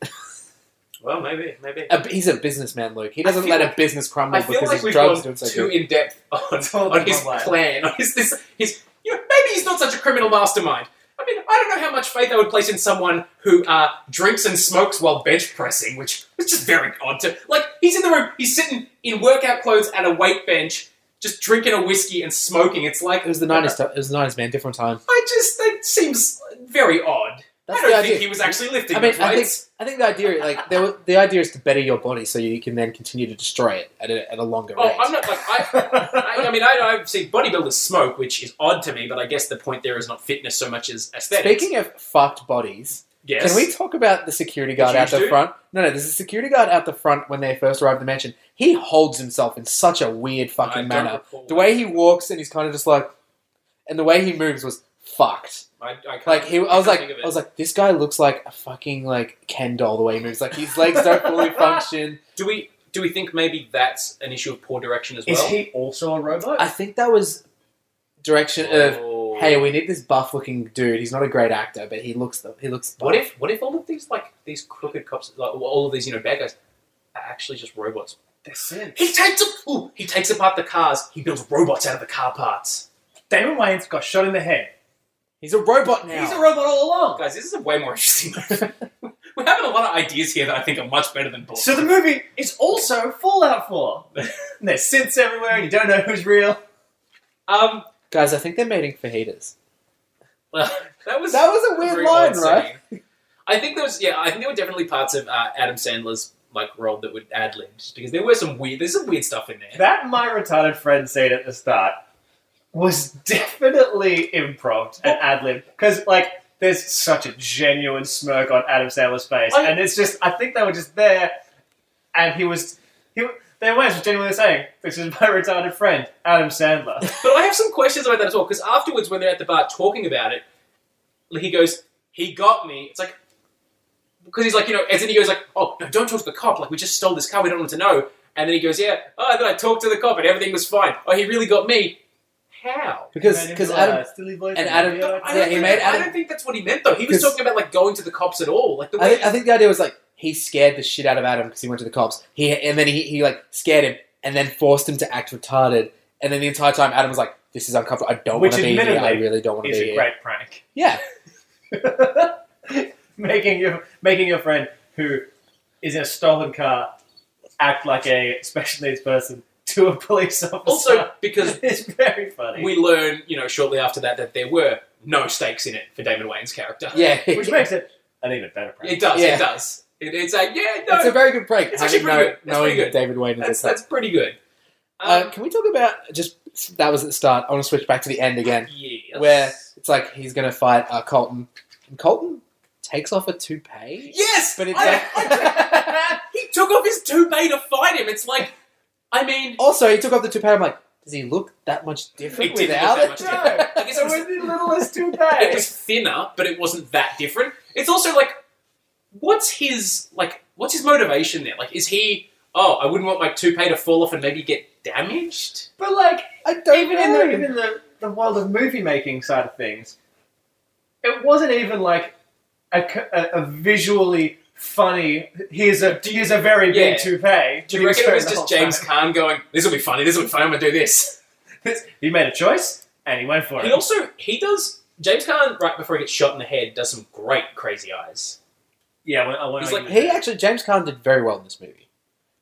Speaker 3: Well, maybe, maybe.
Speaker 1: A, he's a businessman, Luke. He
Speaker 3: I
Speaker 1: doesn't
Speaker 3: feel
Speaker 1: let a
Speaker 3: like-
Speaker 1: business crumble
Speaker 3: I feel
Speaker 1: because
Speaker 3: like
Speaker 1: his
Speaker 3: we've
Speaker 1: drugs
Speaker 3: gone
Speaker 1: doing so
Speaker 3: too
Speaker 1: good.
Speaker 3: in depth
Speaker 2: It's all
Speaker 3: on, on his
Speaker 2: the bloodline.
Speaker 3: plan, on his this, his. You know, maybe he's not such a criminal mastermind. I mean, I don't know how much faith I would place in someone who uh, drinks and smokes while bench pressing, which is just very odd to. Like, he's in the room, he's sitting in workout clothes at a weight bench, just drinking a whiskey and smoking. It's like
Speaker 1: It was the nineties. It was the nineties, man. Different time.
Speaker 3: I just that seems very odd.
Speaker 1: That's
Speaker 3: I don't
Speaker 1: the
Speaker 3: think
Speaker 1: idea.
Speaker 3: he was actually lifting
Speaker 1: I mean,
Speaker 3: those
Speaker 1: I think,
Speaker 3: weights.
Speaker 1: I think the idea, like, there were, the idea is to better your body so you can then continue to destroy it at a, at a longer
Speaker 3: Oh,
Speaker 1: rate.
Speaker 3: I'm not like I. I, I mean, I, I've seen bodybuilders smoke, which is odd to me, but I guess the point there is not fitness so much as aesthetics.
Speaker 1: Speaking of fucked bodies,
Speaker 3: yes.
Speaker 1: can we talk about the security guard out
Speaker 3: huge
Speaker 1: the
Speaker 3: dude?
Speaker 1: front? No, no, there's a security guard out the front when they first arrive at the mansion. He holds himself in such a weird
Speaker 3: I
Speaker 1: fucking
Speaker 3: don't
Speaker 1: manner.
Speaker 3: recall
Speaker 1: The way he walks and he's kind of just like, and the way he moves was fucked.
Speaker 3: that. I, I can't,
Speaker 1: Like he,
Speaker 3: I
Speaker 1: I was
Speaker 3: can't
Speaker 1: like,
Speaker 3: think of it.
Speaker 1: I was like, this guy looks like a fucking like Ken doll the way he moves. Like his legs don't fully function.
Speaker 3: do we do we think maybe that's an issue of poor direction as well?
Speaker 2: Is he also a robot?
Speaker 1: I think that was direction of
Speaker 3: Oh.
Speaker 1: hey, we need this buff looking dude. He's not a great actor, but he looks the, he looks. Buff.
Speaker 3: What if what if all of these like these crooked cops, like all of these you know bad guys, are actually just robots?
Speaker 2: They're synths.
Speaker 3: He takes a, ooh, he takes apart the cars. He builds robots out of the car parts.
Speaker 2: Damon Wayans got shot in the head.
Speaker 1: he's a robot now?
Speaker 2: He's a robot all along.
Speaker 3: Guys, this is way more interesting. We're having a lot of ideas here that I think are much better than bullshit.
Speaker 2: So the movie is also Fallout 4. And there's synths everywhere, and you don't know who's real.
Speaker 3: um,
Speaker 1: Guys, I think they're mating fajitas.
Speaker 3: well, that was
Speaker 1: That was a weird
Speaker 3: very
Speaker 1: line,
Speaker 3: odd
Speaker 1: right?
Speaker 3: saying. I think there was yeah, I think there were definitely parts of uh, Adam Sandler's like role that would ad libbed because there were some weird there's some weird stuff in there.
Speaker 2: That my retarded friend said at the start was definitely improv and ad lib because like there's such a genuine smirk on Adam Sandler's face,
Speaker 3: I-
Speaker 2: and it's just I think they were just there, and he was he their ways was genuinely saying this is my retarded friend Adam Sandler.
Speaker 3: But I have some questions about that as well because afterwards, when they're at the bar talking about it, he goes, "He got me." It's like because he's like, you know, and then he goes like, "Oh no, don't talk to the cop. Like we just stole this car. We don't want him to know." And then he goes, "Yeah." Oh, and then I talked to the cop, and everything was fine. Oh, he really got me. How?
Speaker 1: Because because Adam, and Adam-
Speaker 3: But I
Speaker 1: Yeah,
Speaker 3: don't,
Speaker 1: he
Speaker 3: think,
Speaker 1: made
Speaker 3: I
Speaker 1: Adam-
Speaker 3: don't think that's what he meant though. He was
Speaker 1: 'Cause-
Speaker 3: talking about like going to the cops at all. Like the
Speaker 1: I
Speaker 3: way
Speaker 1: think, I think the idea was like he scared the shit out of Adam because he went to the cops. He and then he, he like scared him and then forced him to act retarded. And then the entire time Adam was like, "This is uncomfortable. I don't
Speaker 2: Which
Speaker 1: want to be here. I
Speaker 2: admittedly
Speaker 1: really don't want to
Speaker 2: is
Speaker 1: be
Speaker 2: a
Speaker 1: here."
Speaker 2: great prank.
Speaker 1: Yeah,
Speaker 2: making your making your friend who is in a stolen car act like a special needs person to a police officer.
Speaker 1: uh,
Speaker 3: also because
Speaker 2: it's very funny.
Speaker 3: we learn, you know, shortly after that that there were no stakes in it for David Wayne's character.
Speaker 1: yeah.
Speaker 2: which makes it an even better prank.
Speaker 3: It does.
Speaker 1: Yeah.
Speaker 3: It does. It, it's like yeah, no,
Speaker 1: it's a very good prank.
Speaker 3: It's
Speaker 1: having
Speaker 3: actually pretty
Speaker 1: know-
Speaker 3: good. It's
Speaker 1: knowing
Speaker 3: pretty good.
Speaker 1: that David Wayne is a
Speaker 3: That's
Speaker 1: cop.
Speaker 3: that's pretty good.
Speaker 1: Uh,
Speaker 3: Um,
Speaker 1: can we talk about just that was at the start? I want to switch back to the end again.
Speaker 3: Um, yes.
Speaker 1: where it's like he's gonna fight uh, Colton. And Colton takes off a toupee.
Speaker 3: yes,
Speaker 1: But
Speaker 3: but
Speaker 1: it's
Speaker 3: he took off his toupee to fight him. It's like, I mean,
Speaker 1: also, he took off the toupee. I'm like, does he look that much different
Speaker 3: It didn't
Speaker 1: without
Speaker 3: look
Speaker 1: it?
Speaker 3: that much different. I guess it was-
Speaker 2: the littlest two
Speaker 3: it was thinner, but it wasn't that different. It's also like, what's his like? What's his motivation there? Like, is he? Oh, I wouldn't want my toupee to fall off and maybe get damaged.
Speaker 2: But like,
Speaker 1: I don't
Speaker 2: even in
Speaker 1: know.
Speaker 2: the even the, the world of movie making side of things, it wasn't even like a, co- a, a visually funny. Here's a here's a very
Speaker 3: Yeah.
Speaker 2: big toupee.
Speaker 3: Do
Speaker 2: He
Speaker 3: you reckon it was
Speaker 2: the whole
Speaker 3: just James
Speaker 2: time.
Speaker 3: Caan going, "This will be funny. This will be funny. I'm gonna do this."
Speaker 2: This- He made a choice and he went for
Speaker 3: He
Speaker 2: it.
Speaker 3: also he does James Caan right before he gets shot in the head does some great crazy eyes.
Speaker 2: Yeah, well, I want
Speaker 3: He's
Speaker 2: to
Speaker 3: like,
Speaker 1: he actually James Caan did very well in this movie.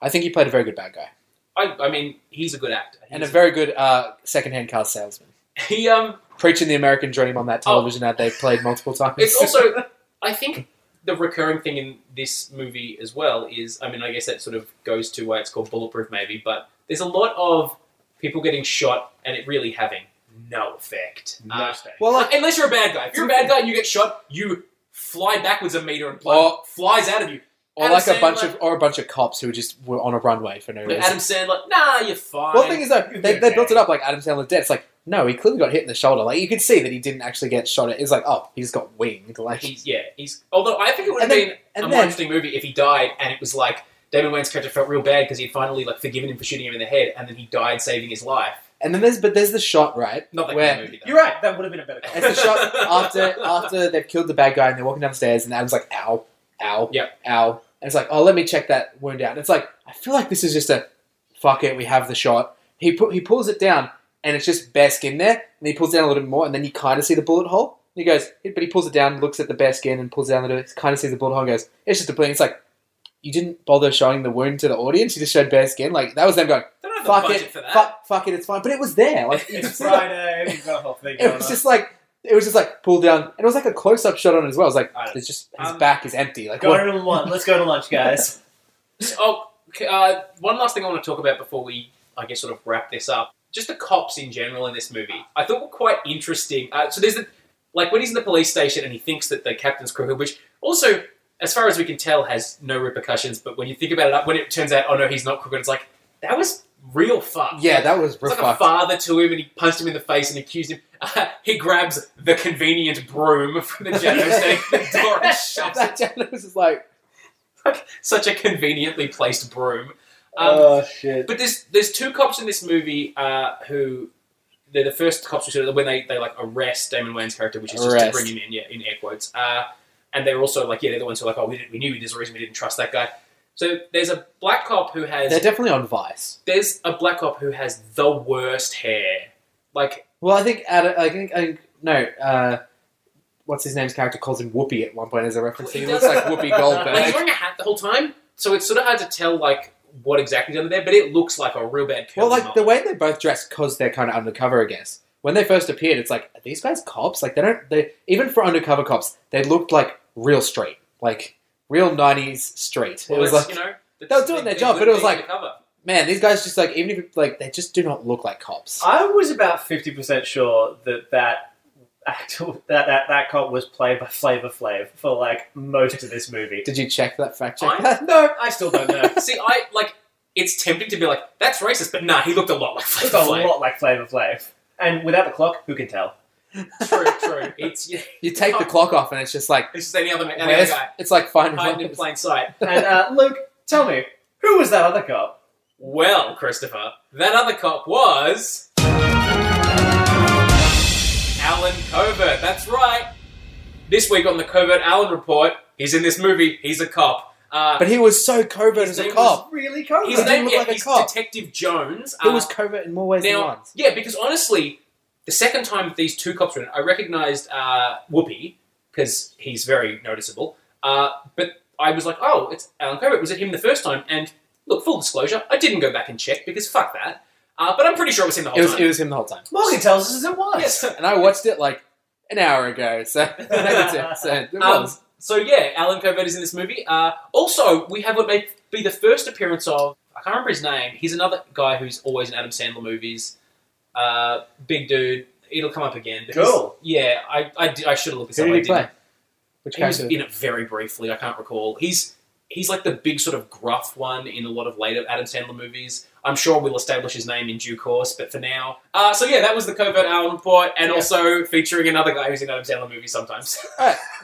Speaker 1: I think he played a very good bad guy
Speaker 3: I, I mean he's a good actor
Speaker 1: and a
Speaker 3: He's-
Speaker 1: very good uh, secondhand car salesman,
Speaker 3: he um
Speaker 1: preaching the American dream on that television ad they played multiple times.
Speaker 3: Oh. it's also I think the recurring thing in this movie as well is I mean I guess that sort of goes to why it's called bulletproof maybe but there's a lot of people getting shot and it really having no effect.
Speaker 2: no
Speaker 3: Uh,
Speaker 2: stakes.
Speaker 1: well, like,
Speaker 3: unless you're a bad guy. If you're a bad guy and you get shot, you fly backwards a meter and blood
Speaker 1: Or-
Speaker 3: flies out of you.
Speaker 1: or
Speaker 3: Adam
Speaker 1: like a bunch
Speaker 3: Sandler-
Speaker 1: of or a bunch of cops who just were on a runway for no reason.
Speaker 3: Adam Sandler, nah, you're fine.
Speaker 1: Well, the thing is though,
Speaker 2: You'd
Speaker 1: they,
Speaker 2: be
Speaker 1: they
Speaker 2: okay.
Speaker 1: built it up like Adam Sandler's dead. It's like no, he clearly got hit in the shoulder. Like you could see that he didn't actually get shot. It's like oh, he just got winged. Like
Speaker 3: He's yeah. He's although I think it would have
Speaker 1: And then-
Speaker 3: been a
Speaker 1: and
Speaker 3: more
Speaker 1: then
Speaker 3: interesting movie if he died and it was like Damon Wayne's character felt real bad because he'd finally like forgiven him for shooting him in the head and then he died saving his life.
Speaker 1: and then there's but there's the shot right
Speaker 3: Not that
Speaker 1: where
Speaker 3: kind of movie. Though.
Speaker 2: you're right. That would have been a better.
Speaker 1: it's the shot after after they've killed the bad guy and they're walking downstairs and Adam's like ow, ow,
Speaker 3: Yep.
Speaker 1: ow, and it's like oh let me check that wound out. And it's like I feel like this is just a fuck it. We have the shot. He pu- he pulls it down and it's just bare skin there. And he pulls it down a little bit more and then you kind of see the bullet hole. And he goes, but he pulls it down, looks at the bare skin and pulls it down the kind of sees the bullet hole and goes, it's just a bleeding. It's like. You didn't bother showing the wound to the audience. You just showed bare skin. Like that was them going,
Speaker 3: They don't have the
Speaker 1: "Fuck
Speaker 3: budget
Speaker 1: it,
Speaker 3: for that.
Speaker 1: fuck, fuck it, it's fine." But it was there. Like you
Speaker 2: It's
Speaker 1: just-
Speaker 2: Friday. We've got a whole thing.
Speaker 1: it was just like it was just like pulled down, and it was like a close up shot on it as well. It was like
Speaker 3: Alright.
Speaker 1: it's just his
Speaker 3: Um,
Speaker 1: back is empty. Like
Speaker 2: Go
Speaker 1: what?
Speaker 2: to lunch. Let's go to lunch, guys.
Speaker 3: So, oh, c- uh, one last thing I want to talk about before we, I guess, sort of wrap this up. Just the cops in general in this movie, I thought were quite interesting. Uh, so there's the, like when he's in the police station and he thinks that the captain's crooked, which also, as far as we can tell, has no repercussions. But when you think about it, when it turns out, oh no, he's not crooked, it's like that was real fuck.
Speaker 1: Yeah, that was
Speaker 3: It's
Speaker 1: rough.
Speaker 3: like a father to him, and he punched him in the face and accused him. he grabs the convenient broom from the Jano standing at the door and shoves it.
Speaker 1: that channel was just like
Speaker 3: Such a conveniently placed broom. Um,
Speaker 2: oh shit!
Speaker 3: but there's there's two cops in this movie uh, who they're the first cops we see when they, they like arrest Damon Wayne's character, which is just
Speaker 1: Arrest.
Speaker 3: to bring him in, yeah, in air quotes. Uh, and they're also like, yeah, they're the ones who are like, oh, we, didn't, we knew there's a reason we didn't trust that guy. So there's a black cop who has
Speaker 1: they're definitely on Vice.
Speaker 3: there's a black cop who has the worst hair. Like
Speaker 1: Well, I think Adam, I think I think, no. Uh, what's his name's character calls him Whoopi at one point as a reference.
Speaker 3: He
Speaker 1: He
Speaker 3: does.
Speaker 1: looks like Whoopi
Speaker 3: like, he's
Speaker 1: Goldberg.
Speaker 3: wearing a hat the whole time, so it's sort of hard to tell like what exactly is under there, but it looks like a real bad.
Speaker 1: well,
Speaker 3: curly
Speaker 1: like
Speaker 3: mullet.
Speaker 1: the way they both dress because they're kind of undercover, I guess. When they first appeared, it's like are these guys cops. Like they don't. They even for undercover cops, they looked like real straight, like real '90s straight.
Speaker 3: Well,
Speaker 1: it was
Speaker 3: it's,
Speaker 1: like
Speaker 3: you know,
Speaker 1: they were doing their job, but it was like-
Speaker 3: cover.
Speaker 1: man, these guys just like even if like they just do not look like cops.
Speaker 2: I was about fifty percent sure that that actor, that, that that cop was played by Flavor Flav for like most of this movie.
Speaker 1: Did you check that fact check?
Speaker 3: I-
Speaker 1: that?
Speaker 2: No, I still don't know.
Speaker 3: See, I like it's tempting to be like, that's racist, but nah, he looked a lot like
Speaker 2: It's
Speaker 3: Flavor
Speaker 2: a
Speaker 3: Flav.
Speaker 2: lot like Flavor Flav, and without the clock, who can tell?
Speaker 3: True, true. It's yeah,
Speaker 1: You take the clock off, and it's just like
Speaker 3: it's just any other, any other
Speaker 1: where's,
Speaker 3: guy
Speaker 1: it's like finding
Speaker 3: hiding in plain sight.
Speaker 2: And uh, Luke, tell me, who was that other cop?
Speaker 3: Well, Christopher, that other cop was Alan Covert. That's right. This week on the Covert Alan Report, he's in this movie. He's a cop. Uh,
Speaker 1: But he was so covert
Speaker 3: His
Speaker 1: as a
Speaker 3: name
Speaker 1: cop.
Speaker 2: Really cop?
Speaker 3: his
Speaker 1: he
Speaker 3: name
Speaker 1: looked
Speaker 3: yeah,
Speaker 1: like a
Speaker 3: he's
Speaker 1: cop.
Speaker 3: Detective Jones.
Speaker 1: He
Speaker 3: Uh,
Speaker 1: was covert in more ways
Speaker 3: now-
Speaker 1: than one.
Speaker 3: Yeah, because honestly, the second time these two cops were in, I recognized uh, Whoopi because he's very noticeable. Uh, but I was like, oh, it's Alan Covert. Was it him the first time? And look, full disclosure, I didn't go back and check because fuck that. Uh, but I'm pretty sure it was him the whole
Speaker 1: It was
Speaker 3: time.
Speaker 1: it was him the whole time.
Speaker 2: Morgan tells us it was.
Speaker 3: Yes.
Speaker 1: And I watched it like an hour ago, so negative. So it
Speaker 3: Um,
Speaker 1: was.
Speaker 3: so yeah, Alan Covert is in this movie. Uh, also, we have what may be the first appearance of I can't remember his name. He's another guy who's always in Adam Sandler movies. Uh, big dude. It'll come up again. but he's-
Speaker 2: Cool.
Speaker 3: Yeah, I, I, did- I should have looked this
Speaker 1: Who
Speaker 3: up.
Speaker 1: did
Speaker 3: I
Speaker 1: he
Speaker 3: didn't.
Speaker 1: play? Which
Speaker 3: He was
Speaker 1: character?
Speaker 3: in it very briefly. I can't recall. He's he's like the big sort of gruff one in a lot of later Adam Sandler movies. I'm sure we'll establish his name in due course, but for now, uh, so yeah, that was the covert Alan report, and
Speaker 2: Yeah.
Speaker 3: also featuring another guy who's in Adam Sandler movies sometimes.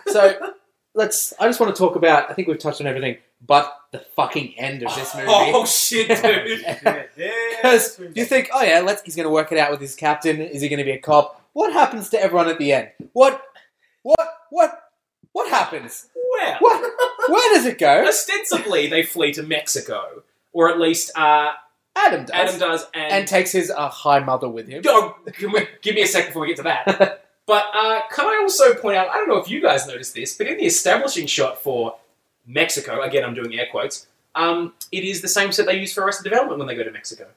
Speaker 1: So let's. I just want to talk about. I think we've touched on everything, but the fucking end of this movie.
Speaker 3: Oh shit, dude!
Speaker 1: Because you think, oh yeah, let's, he's going to work it out with his captain. Is he going to be a cop? What happens to everyone at the end? What, what, what, what happens?
Speaker 3: well,
Speaker 1: What? Where does it go?
Speaker 3: ostensibly they flee to Mexico, or at least uh,
Speaker 1: Adam does,
Speaker 3: Adam does, and,
Speaker 1: and takes his uh, high mother with him.
Speaker 3: Oh, can we, give me a second before we get to that. but uh, can I also point out? I don't know if you guys noticed this, but in the establishing shot for Mexico, again, I'm doing air quotes. Um, it is the same set they use for Arrested Development when they go to Mexico.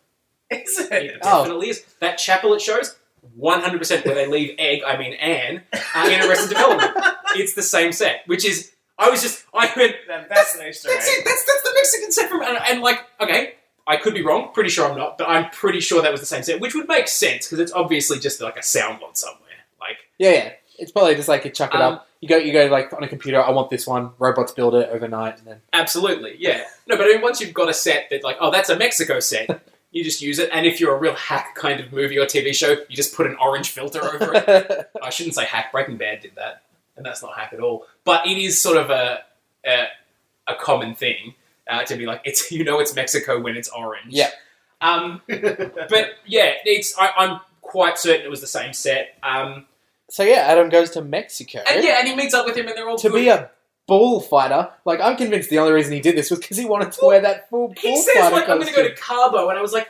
Speaker 2: Is
Speaker 3: It
Speaker 2: it?
Speaker 1: Oh.
Speaker 3: definitely is. That chapel it shows, 100% where they leave Egg, I mean Anne, uh, in Arrested Development. It's the same set, which is, I was just, I went,
Speaker 2: That's an Easter
Speaker 3: That's it. That's that's the Mexican set from and, and like okay, I could be wrong. Pretty sure I'm not, but I'm pretty sure that was the same set, which would make sense because it's obviously just like a soundboard somewhere. Like
Speaker 1: Yeah, yeah. It's probably just like you chuck it
Speaker 3: Um,
Speaker 1: up. You go, you go like on a computer. I want this one. Robots build it overnight, and then
Speaker 3: absolutely, yeah. No, but I mean, once you've got a set that like oh that's a Mexico set, you just use it. And if you're a real hack kind of movie or TV show, you just put an orange filter over it. I shouldn't say hack. Breaking Bad did that, and that's not hack at all. But it is sort of a a, a common thing uh, to be like it's you know it's Mexico when it's orange.
Speaker 1: Yeah.
Speaker 3: Um, but yeah, it's I, I'm quite certain it was the same set. Um,
Speaker 1: so yeah, Adam goes to Mexico
Speaker 3: and yeah, and he meets up with him, and they're all
Speaker 1: to
Speaker 3: good.
Speaker 1: be a bullfighter. Like I'm convinced the only reason he did this was because he wanted to
Speaker 3: Well,
Speaker 1: wear that full
Speaker 3: He
Speaker 1: bullfighter
Speaker 3: says like I'm going to go
Speaker 1: costume.
Speaker 3: to Cabo, and I was like.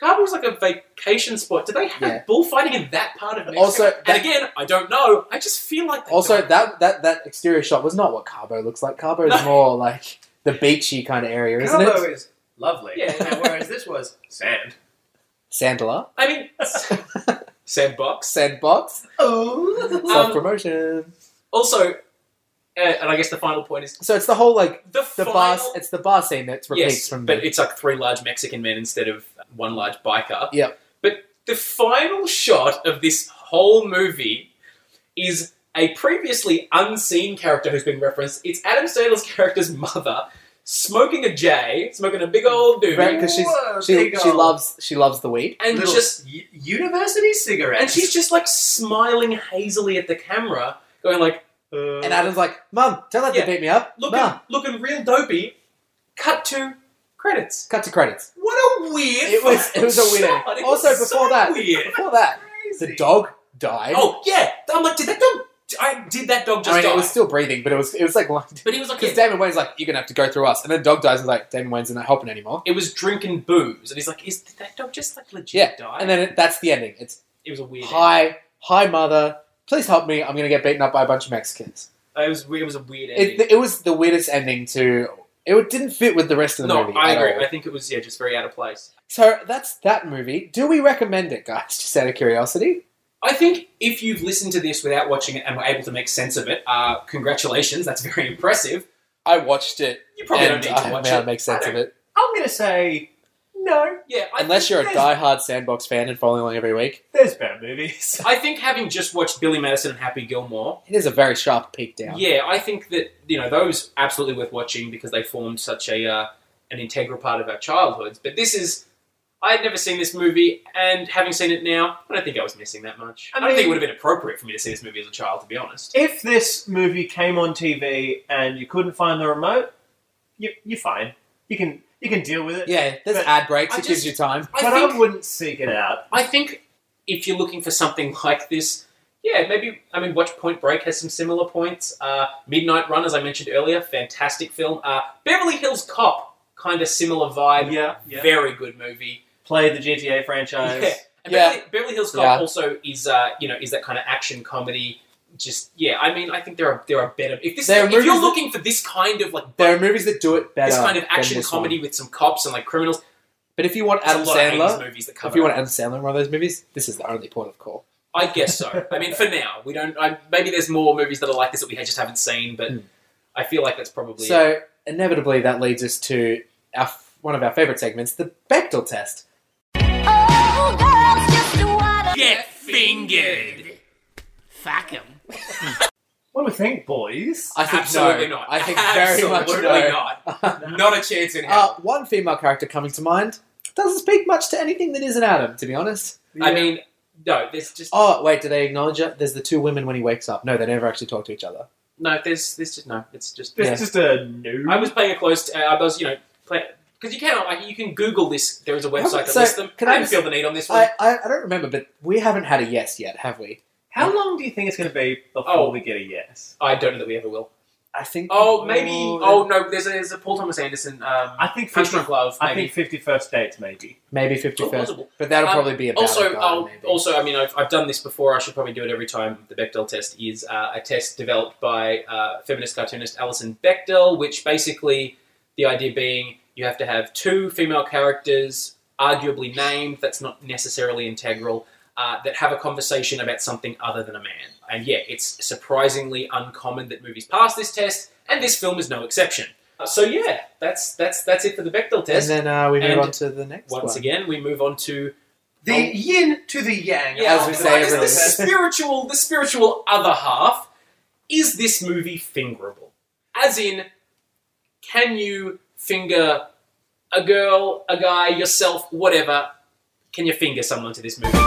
Speaker 3: Carbo's like a vacation spot. Do they have
Speaker 1: Yeah.
Speaker 3: bullfighting in that part of Mexico?
Speaker 1: Also,
Speaker 3: and
Speaker 1: that-
Speaker 3: again, I don't know. I just feel like they
Speaker 1: Also,
Speaker 3: don't.
Speaker 1: that, that that exterior shot was not what Carbo looks like. Carbo
Speaker 3: No.
Speaker 1: is more like the beachy kind of area, isn't it?
Speaker 2: is lovely.
Speaker 3: Yeah.
Speaker 2: Whereas this was sand.
Speaker 1: Sandler.
Speaker 3: I mean, Sandbox.
Speaker 1: Sandbox,
Speaker 3: Um,
Speaker 2: Oh.
Speaker 1: self promotion.
Speaker 3: Also, uh, and I guess the final point is
Speaker 1: so it's the whole like
Speaker 3: the,
Speaker 1: the
Speaker 3: final...
Speaker 1: bar. It's the bar scene that repeats
Speaker 3: yes,
Speaker 1: from.
Speaker 3: but
Speaker 1: the,
Speaker 3: it's like three large Mexican men instead of one large biker.
Speaker 1: Yep.
Speaker 3: But the final shot of this whole movie is a previously unseen character who's been referenced. It's Adam Sandler's character's mother smoking a J, smoking a big old doobie,
Speaker 1: Right, 'cause she's- she, she loves she loves the weed.
Speaker 3: and
Speaker 2: Little
Speaker 3: just
Speaker 2: u- university cigarettes.
Speaker 3: and she's just like smiling hazily at the camera, going like,
Speaker 2: Uh,
Speaker 1: And Adam's like, "Mum, don't let
Speaker 3: Yeah.
Speaker 1: them beat me up."
Speaker 3: looking
Speaker 1: Mum,
Speaker 3: looking real dopey. Cut to credits.
Speaker 1: cut to credits.
Speaker 3: What a weird.
Speaker 1: It was- it was a
Speaker 3: fucking
Speaker 1: weird
Speaker 3: shot.
Speaker 1: end.
Speaker 3: It
Speaker 1: Also,
Speaker 3: was
Speaker 1: before
Speaker 3: so
Speaker 1: that-
Speaker 3: weird.
Speaker 1: Before that, the
Speaker 2: Crazy.
Speaker 1: dog died.
Speaker 3: Oh yeah, I'm like, did that dog? I did that dog just
Speaker 1: I mean,
Speaker 3: die?
Speaker 1: it was still breathing, but it was it was like because
Speaker 3: but he was like, yeah.
Speaker 1: Damon Wayne's like, "You're gonna have to go through us," and then dog dies and like Damon Wayne's not helping anymore.
Speaker 3: it was drinking booze, and he's like, is did that dog just like legit
Speaker 1: Yeah,
Speaker 3: die?
Speaker 1: And then it, that's the ending. It's
Speaker 3: it was a weird.
Speaker 1: hi, hi, mother. Please help me. I'm gonna get beaten up by a bunch of Mexicans.
Speaker 3: ending. It was it was a weird ending.
Speaker 1: It, it was the weirdest ending to. It didn't fit with the rest of the
Speaker 3: no,
Speaker 1: movie.
Speaker 3: I
Speaker 1: at
Speaker 3: agree.
Speaker 1: all.
Speaker 3: I think it was yeah, just very out of place.
Speaker 1: So that's that movie. Do we recommend it, guys? Just out of curiosity.
Speaker 3: I think if you've listened to this without watching it and were able to make sense of it, uh, congratulations. That's very impressive.
Speaker 1: I watched it
Speaker 3: You probably
Speaker 1: and uh,
Speaker 3: don't need
Speaker 1: I
Speaker 3: to watch
Speaker 1: haven't
Speaker 3: it.
Speaker 1: make sense
Speaker 3: I
Speaker 1: of it.
Speaker 2: I'm gonna say no.
Speaker 3: Yeah, I
Speaker 1: Unless
Speaker 3: think
Speaker 1: you're a
Speaker 3: there's-
Speaker 1: diehard Sandbox fan and following along every week,
Speaker 2: There's better movies.
Speaker 3: I think having just watched Billy Madison and Happy Gilmore,
Speaker 1: it is a very sharp peak
Speaker 3: yeah,
Speaker 1: down.
Speaker 3: I think that you know those absolutely worth watching because they formed such a uh, an integral part of our childhoods. But this is. I had never seen this movie, and having seen it now, I don't think I was missing that much. I,
Speaker 2: I
Speaker 3: don't think it
Speaker 2: mean-
Speaker 3: would have been appropriate for me to see this movie as a child, to be honest.
Speaker 2: If this movie came on TV and you couldn't find the remote, you, you're fine. You can you can deal with it.
Speaker 1: Yeah, there's
Speaker 2: But
Speaker 1: ad breaks.
Speaker 3: I
Speaker 1: It
Speaker 3: just-
Speaker 1: gives you time.
Speaker 3: I
Speaker 2: but
Speaker 3: think
Speaker 2: I wouldn't seek it out.
Speaker 3: I think if you're looking for something like this, yeah, maybe. I mean, watch Point Break has some similar points. Uh, Midnight Run, as I mentioned earlier, fantastic film. Uh, Beverly Hills Cop, kind of similar vibe.
Speaker 2: Yeah, yeah.
Speaker 3: Very good movie.
Speaker 2: Play the GTA franchise.
Speaker 3: Yeah. And
Speaker 1: Yeah.
Speaker 3: Beverly, Beverly Hills Cop
Speaker 1: Yeah.
Speaker 3: also is, uh, you know, is that kind of action comedy. Just yeah, I mean, I think there are there are better. If this,
Speaker 1: There are
Speaker 3: if you're
Speaker 1: movies that-
Speaker 3: looking for this kind of like
Speaker 1: There are movies that do it better.
Speaker 3: this kind of
Speaker 1: than
Speaker 3: action
Speaker 1: this
Speaker 3: comedy
Speaker 1: one.
Speaker 3: with some cops and like criminals,
Speaker 1: But if you want
Speaker 3: there's
Speaker 1: Adam
Speaker 3: a lot of 80s
Speaker 1: Sandler,
Speaker 3: movies that cover.
Speaker 1: if you
Speaker 3: that.
Speaker 1: want Adam Sandler in one of those movies, this is the only point of call.
Speaker 3: I guess so. I mean, for now, we don't. I, maybe there's more movies that are like this that we just haven't seen, but
Speaker 1: Hmm.
Speaker 3: I feel like that's probably. it.
Speaker 1: So inevitably, that leads us to our, f- one of our favorite segments, the Bechtel test.
Speaker 4: Oh, girls just wanna
Speaker 3: get fingered.
Speaker 4: Fuck 'em.
Speaker 2: What do we think, boys?
Speaker 1: I think
Speaker 3: Absolutely
Speaker 1: no.
Speaker 3: not.
Speaker 1: I think
Speaker 3: Absolutely
Speaker 1: very much no.
Speaker 3: not. Not a chance in
Speaker 1: Uh,
Speaker 3: hell.
Speaker 1: one female character coming to mind doesn't speak much to anything that isn't Adam, to be honest.
Speaker 3: I mean, no. There's just
Speaker 1: Oh, wait, do they acknowledge it? There's the two women when he wakes up. No, they never actually talk to each other.
Speaker 3: no. There's there's just no. It's just.
Speaker 2: it's
Speaker 1: yeah.
Speaker 2: just a no.
Speaker 3: I was playing a close. Uh, I was you know because you can like you can Google this. There is a website that
Speaker 1: so,
Speaker 3: lists them.
Speaker 1: can
Speaker 3: I
Speaker 1: I
Speaker 3: didn't
Speaker 1: just-
Speaker 3: feel the need on this one.
Speaker 1: I, I, I don't remember, but we haven't had a yes yet, have we?
Speaker 2: How long do you think it's going to be before
Speaker 3: Oh.
Speaker 2: we get a yes?
Speaker 3: I, don't know that we ever will.
Speaker 1: I think.
Speaker 3: Oh, maybe. Oh no. There's a, there's a Paul Thomas Anderson. Um,
Speaker 2: I think
Speaker 3: Punch
Speaker 2: 50
Speaker 3: Drunk Love.
Speaker 2: I
Speaker 3: maybe.
Speaker 2: think Fifty First Dates, maybe.
Speaker 1: Maybe
Speaker 3: Oh,
Speaker 1: 51st.
Speaker 3: possible.
Speaker 1: But that'll
Speaker 3: Um,
Speaker 1: probably be about
Speaker 3: also,
Speaker 1: it,
Speaker 3: I'll,
Speaker 1: maybe.
Speaker 3: also, I mean, I've, I've done this before. I should probably do it every time. The Bechdel test is uh, a test developed by uh, feminist cartoonist Alison Bechdel, which basically the idea being you have to have two female characters, arguably named. That's not necessarily integral. Uh, that have a conversation about something other than a man. And yeah, it's surprisingly uncommon that movies pass this test, and this film is no exception. Uh, So yeah, that's that's that's it for the Bechdel
Speaker 1: And
Speaker 3: test.
Speaker 1: then uh, we move
Speaker 3: And
Speaker 1: on to the next
Speaker 3: Once
Speaker 1: one.
Speaker 3: again, we move on to
Speaker 2: The
Speaker 3: Oh.
Speaker 2: yin to the yang. Oh,
Speaker 3: yeah,
Speaker 1: as we
Speaker 3: I
Speaker 1: say
Speaker 3: guess
Speaker 1: every
Speaker 3: the
Speaker 1: week.
Speaker 3: spiritual, the spiritual other half is this movie fingerable? As in, can you finger a girl, a guy, yourself, whatever? Can you finger someone to this movie?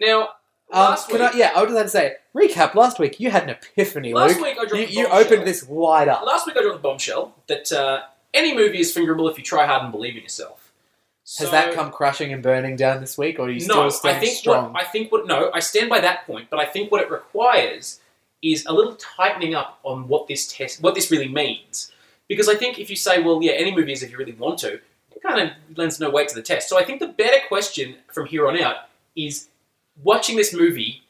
Speaker 3: Now,
Speaker 1: Um,
Speaker 3: last
Speaker 1: can
Speaker 3: week,
Speaker 1: I, yeah, I would just like to say, recap last week, you had an epiphany,
Speaker 3: last
Speaker 1: Luke.
Speaker 3: week I dropped
Speaker 1: you
Speaker 3: the
Speaker 1: you
Speaker 3: bombshell.
Speaker 1: opened this wide up.
Speaker 3: Last week I dropped the bombshell that uh, any movie is fingerable if you try hard and believe in yourself.
Speaker 1: Has
Speaker 3: So-
Speaker 1: that come crashing and burning down this week, or are you still
Speaker 3: no,
Speaker 1: staying
Speaker 3: I think
Speaker 1: strong?
Speaker 3: What, I think what no, I stand by that point, but I think what it requires is a little tightening up on what this test, what this really means, because I think if you say, well, yeah, any movie is if you really want to, it kind of lends no weight to the test. So I think the better question from here on out is, watching this movie,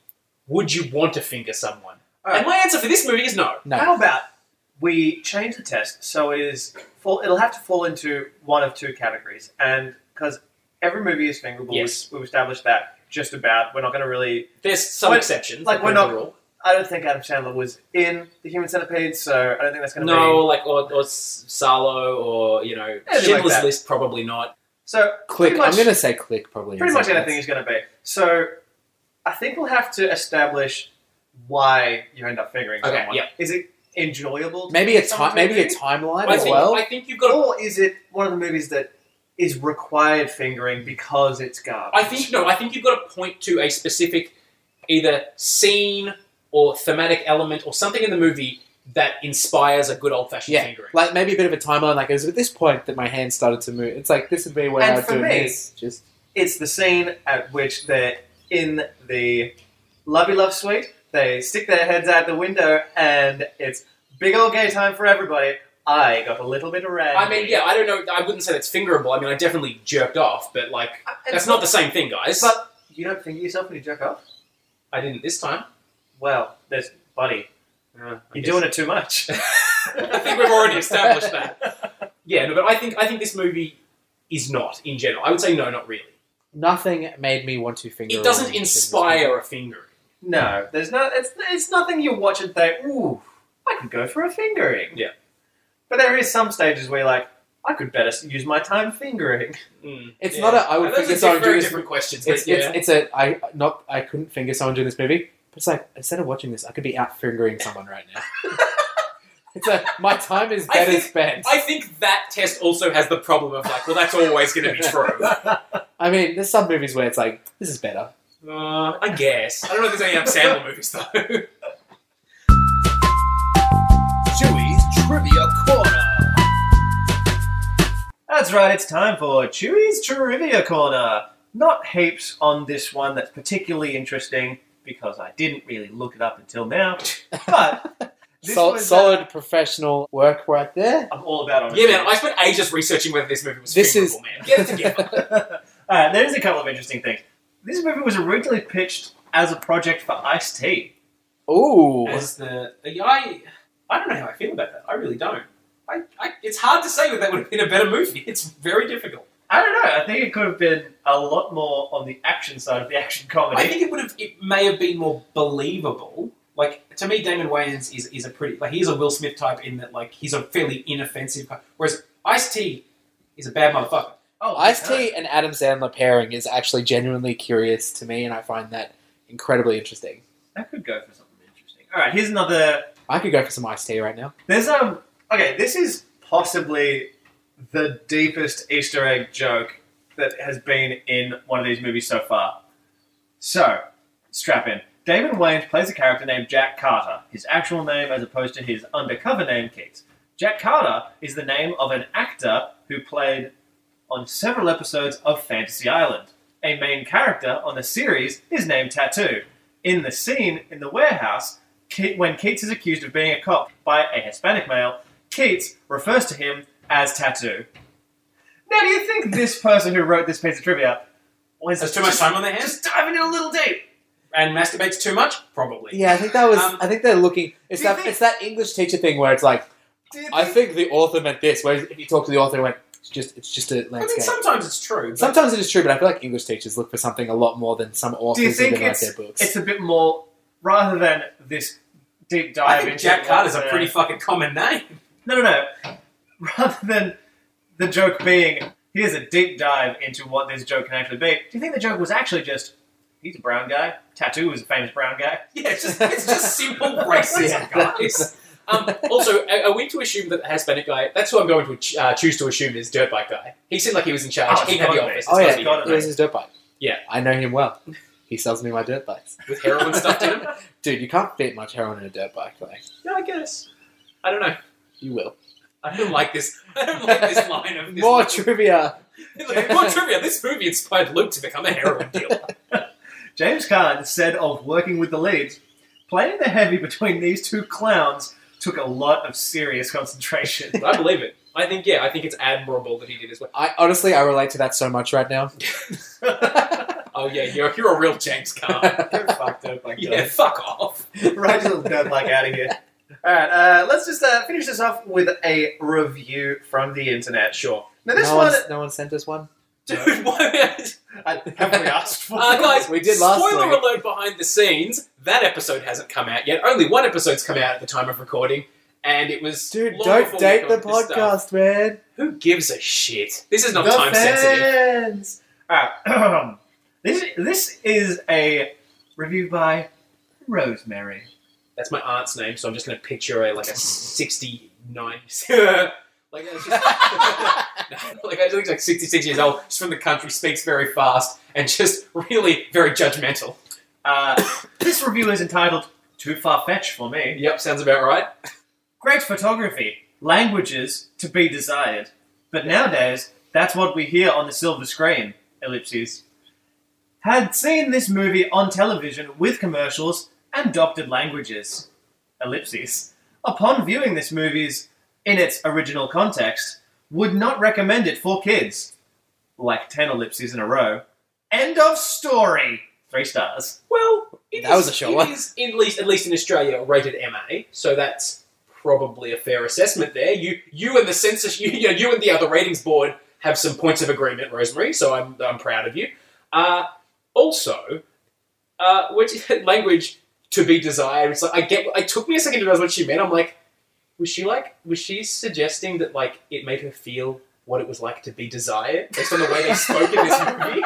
Speaker 3: would you want to finger someone?
Speaker 2: All right.
Speaker 3: And my answer for this movie is no.
Speaker 1: no.
Speaker 2: How about we change the test so it is fall. It'll have to fall into one of two categories, and because every movie is fingerable,
Speaker 3: Yes.
Speaker 2: we, we've established that. Just about. We're not going to really.
Speaker 3: There's some
Speaker 2: Like-
Speaker 3: exceptions.
Speaker 2: like, we're
Speaker 3: the
Speaker 2: not-
Speaker 3: rule.
Speaker 2: I don't think Adam Sandler was in the Human Centipede, so I don't think that's going to be.
Speaker 3: No, like or, or S- Salo or you know
Speaker 2: like
Speaker 3: Schindler's
Speaker 2: that.
Speaker 3: List probably not.
Speaker 2: So
Speaker 1: Click.
Speaker 2: Pretty much-
Speaker 1: I'm going to say click probably. in
Speaker 2: pretty much
Speaker 1: some
Speaker 2: anything
Speaker 1: sense.
Speaker 2: is going to be. So I think we'll have to establish why you end up fingering
Speaker 3: Okay,
Speaker 2: someone.
Speaker 3: yeah.
Speaker 2: Is it enjoyable? to
Speaker 1: Maybe a
Speaker 2: finger someone
Speaker 1: time.
Speaker 2: to
Speaker 1: Maybe a
Speaker 2: movie?
Speaker 1: timeline
Speaker 3: I
Speaker 1: as
Speaker 3: think
Speaker 1: well.
Speaker 3: I think you've got. To,
Speaker 2: Or is it one of the movies that is required fingering because it's garbage?
Speaker 3: I think no. I think you've got to point to a specific either scene or thematic element or something in the movie that inspires a good old fashioned
Speaker 1: Yeah,
Speaker 3: fingering.
Speaker 1: like maybe a bit of a timeline. Like it was at this point that my hand started to move. It's like this would be where
Speaker 2: And
Speaker 1: I would
Speaker 2: for
Speaker 1: do
Speaker 2: me-
Speaker 1: this. Just
Speaker 2: it's the scene at which they're in the lovey love suite. They stick their heads out the window, and it's big old gay time for everybody. I got a little bit of red.
Speaker 3: I mean, yeah, I don't know. I wouldn't say that's fingerable. I mean, I definitely jerked off, but like that's not the same thing, guys.
Speaker 2: But- You don't finger yourself when you jerk off?
Speaker 3: I didn't this time.
Speaker 2: Well, there's buddy. uh, You're doing it too much.
Speaker 3: I think we've already established that. Yeah, no, but I think I think this movie is not in general. I would say no, not really.
Speaker 1: nothing made me want to finger.
Speaker 3: It doesn't
Speaker 1: around in this
Speaker 3: inspire a fingering.
Speaker 2: No, there's no. It's it's nothing you watch and think, ooh, I could go for a fingering.
Speaker 3: Yeah.
Speaker 2: But there is some stages where you're like, I could better use my time fingering.
Speaker 3: Mm,
Speaker 1: It's
Speaker 3: yeah.
Speaker 1: not a- I would
Speaker 3: And those
Speaker 1: think
Speaker 3: are
Speaker 1: it's not a
Speaker 3: very
Speaker 1: Judas-
Speaker 3: different questions. But
Speaker 1: It's,
Speaker 3: yeah,
Speaker 1: it's, it's a I not I couldn't finger someone during this movie. But it's like instead of watching this, I could be out fingering someone right now. it's a my time is
Speaker 3: I
Speaker 1: better
Speaker 3: think-
Speaker 1: spent.
Speaker 3: I think that test also has the problem of like, well, that's always going to be true.
Speaker 1: I mean, there's some movies where it's like this is better.
Speaker 3: Uh, I guess. I don't know if there's any Adam Sandler movies though.
Speaker 5: Chewy's Trivia Corner.
Speaker 2: That's right, it's time for Chewy's Trivia Corner. Not heaps on this one that's particularly interesting because I didn't really look it up until now. But this
Speaker 1: Sol-
Speaker 2: was, uh,
Speaker 1: solid professional work right there.
Speaker 2: I'm all about
Speaker 3: yeah,
Speaker 2: honesty.
Speaker 3: man. I spent ages researching whether this movie was
Speaker 1: This
Speaker 3: fingerable.
Speaker 1: is-
Speaker 3: Man, get it together.
Speaker 2: uh, there's a couple of interesting things. This movie was originally pitched as a project for Ice T.
Speaker 1: Ooh,
Speaker 3: As the I, I don't know how I feel about that. I really don't. I, I, it's hard to say that that would have been a better movie. It's very difficult.
Speaker 2: I don't know. I think it could have been a lot more on the action side of the action comedy.
Speaker 3: I think it would have. It may have been more believable. Like to me, Damon Wayans is is a pretty like he's a Will Smith type in that like he's a fairly inoffensive. guy. Whereas Ice T is a bad motherfucker.
Speaker 2: oh,
Speaker 1: Ice
Speaker 2: yeah.
Speaker 1: T and Adam Sandler pairing is actually genuinely curious to me, and I find that incredibly interesting.
Speaker 2: That could go for something interesting. All right, here's another.
Speaker 1: I could go for some Ice T right now.
Speaker 2: There's um. Okay, this is possibly the deepest Easter egg joke that has been in one of these movies so far. So, strap in. Damon Wayans plays a character named Jack Carter, his actual name as opposed to his undercover name, Keats. Jack Carter is the name of an actor who played on several episodes of Fantasy Island. A main character on the series is named Tattoo. In the scene in the warehouse, Ke- when Keats is accused of being a cop by a Hispanic male, Keats refers to him as Tattoo. Now, do you think this person who wrote this piece of trivia was
Speaker 3: Has too much time on their hands
Speaker 2: just diving in a little deep?
Speaker 3: and masturbates too much. Probably.
Speaker 1: Yeah, I think that was.
Speaker 3: Um,
Speaker 1: I think they're looking. It's
Speaker 2: do you
Speaker 1: that.
Speaker 2: think-
Speaker 1: it's that English teacher thing where it's like
Speaker 2: Do you
Speaker 1: I think the author meant this. Whereas if you talk to the author, it went it's just it's just a
Speaker 3: I mean,
Speaker 1: landscape.
Speaker 3: sometimes it's true. But
Speaker 1: Sometimes it is true, but I feel like English teachers look for something a lot more than some authors
Speaker 2: think
Speaker 1: even write
Speaker 2: it's-
Speaker 1: their books.
Speaker 2: it's a bit more rather than this deep dive.
Speaker 3: I think
Speaker 2: into
Speaker 3: Jack
Speaker 2: what
Speaker 3: Carter's a
Speaker 2: the-
Speaker 3: pretty fucking common name.
Speaker 2: no, no, no. Rather than the joke being here's a deep dive into what this joke can actually be. Do you think the joke was actually just he's a brown guy? Tattoo is a famous brown guy.
Speaker 3: Yeah, it's just it's just simple racism,
Speaker 1: Yeah.
Speaker 3: guys. Um, also, are are we to assume that the Hispanic guy? That's who I'm going to ach- uh, choose to assume is dirt bike guy. He seemed like he was in charge.
Speaker 2: Oh, it's
Speaker 3: he had the
Speaker 2: gotta be.
Speaker 3: office. It's
Speaker 1: oh
Speaker 3: gotta
Speaker 1: yeah,
Speaker 3: be
Speaker 1: it
Speaker 2: got it,
Speaker 1: was his dirt bike.
Speaker 3: Yeah.
Speaker 1: I know him well. He sells me my dirt bikes.
Speaker 3: with heroin stuffed in him.
Speaker 1: Dude, you can't fit much heroin in a dirt bike. Like
Speaker 3: Yeah, I guess. I don't know.
Speaker 1: you will.
Speaker 3: I don't like this. I don't like this line of this
Speaker 1: More
Speaker 3: movie.
Speaker 1: trivia.
Speaker 3: More trivia. This movie inspired Luke to become a heroin dealer.
Speaker 2: James Caan said of working with the leads, playing the heavy between these two clowns took a lot of serious concentration.
Speaker 3: I believe it. I think yeah. I think it's admirable that he did as well.
Speaker 1: I honestly, I relate to that so much right now.
Speaker 3: Oh yeah, you're you're a real James Carr.
Speaker 2: Go fuck dirt bike
Speaker 3: yeah,
Speaker 2: guys.
Speaker 3: fuck off.
Speaker 2: Right, just dirt bike out of here.
Speaker 6: All right, uh, let's just uh, finish this off with a review from the internet. Sure. Now this
Speaker 1: no,
Speaker 6: one,
Speaker 1: one's- no one sent us one.
Speaker 3: Dude, why?
Speaker 6: I haven't we asked for.
Speaker 3: Uh, guys,
Speaker 1: We did last
Speaker 3: spoiler
Speaker 1: week.
Speaker 3: alert behind the scenes. That episode hasn't come out yet. Only one episode's come out at the time of recording, and it was
Speaker 1: Dude,
Speaker 3: long before
Speaker 1: don't
Speaker 3: we
Speaker 1: date the
Speaker 3: got this stuff.
Speaker 1: podcast, man.
Speaker 3: Who gives a shit? This is not
Speaker 6: the
Speaker 3: time sensitive.
Speaker 6: fans.
Speaker 2: Alright. this, this is a review by Rosemary.
Speaker 3: That's my aunt's name, so I'm just gonna picture a like a sixty-nine. like I was just, like I think like sixty-six years old, just from the country, speaks very fast, and just really very judgmental.
Speaker 2: Uh, this review is entitled Too Far Fetched for Me.
Speaker 3: Yep, sounds about right.
Speaker 2: Great photography, languages to be desired. But nowadays, that's what we hear on the silver screen. Ellipses. Had seen this movie on television with commercials and adopted languages. Ellipses. Upon viewing this movie's in its original context, would not recommend it for kids. Like 10 ellipses in a row. End of story! Three stars.
Speaker 3: Well, it
Speaker 1: That
Speaker 3: is-
Speaker 1: was a short
Speaker 3: it
Speaker 1: one.
Speaker 3: is, in least, at least in Australia, rated MA, so that's probably a fair assessment there. You, you and the census, you, you, know, you and the other ratings board have some points of agreement, Rosemary. So I'm, I'm proud of you. Uh, also, uh, which language to be desired? It's like I get. It took me a second to realize what she meant. I'm like, was she like, was she suggesting that like it made her feel what it was like to be desired based on the way they spoke in this movie?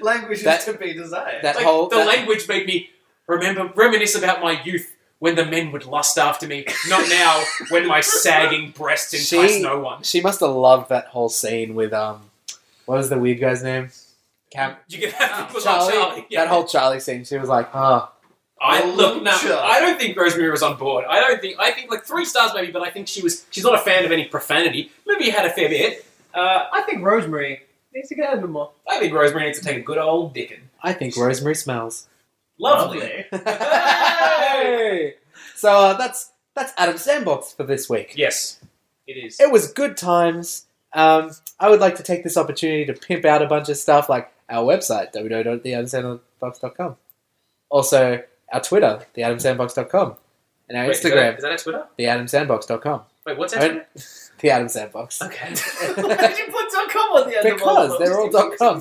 Speaker 6: Languages
Speaker 1: That-
Speaker 6: to be desired.
Speaker 1: That
Speaker 3: Like,
Speaker 1: whole
Speaker 3: the
Speaker 1: that-
Speaker 3: language made me remember reminisce about my youth when the men would lust after me, not now when my sagging breasts entice
Speaker 1: She-
Speaker 3: no one.
Speaker 1: She must have loved that whole scene with um, what is the weird guy's name? Cam.
Speaker 3: You can have people
Speaker 1: Charlie.
Speaker 3: like Charlie. Yeah.
Speaker 1: That whole Charlie scene. She was like, huh.
Speaker 3: I look no,
Speaker 6: Sure.
Speaker 3: I don't think Rosemary was on board. I don't think I think like three stars maybe, but I think she was she's not a fan of any profanity. Maybe you had a fair bit. Uh,
Speaker 2: I think Rosemary needs to get out a bit more.
Speaker 3: I think Rosemary needs to take a good old dickin.
Speaker 1: I think rosemary smells.
Speaker 3: Lovely.
Speaker 1: Hey! so uh, that's that's Adam Sandbox for this week.
Speaker 3: Yes. It is.
Speaker 1: It was good times. Um, I would like to take this opportunity to pimp out a bunch of stuff like our website, www.theadamsandbox.com. Also, our Twitter, theadamsandbox.com. And our
Speaker 3: Wait, is that-
Speaker 1: Instagram,
Speaker 3: Is that a Twitter?
Speaker 1: theadamsandbox.com.
Speaker 3: Wait, what's
Speaker 1: I
Speaker 3: that?
Speaker 1: don't-
Speaker 3: Twitter?
Speaker 1: The Adam Sandbox.
Speaker 3: Okay.
Speaker 2: Did you put dot com on the end
Speaker 1: Because
Speaker 2: of all of them?
Speaker 1: they're all dot com.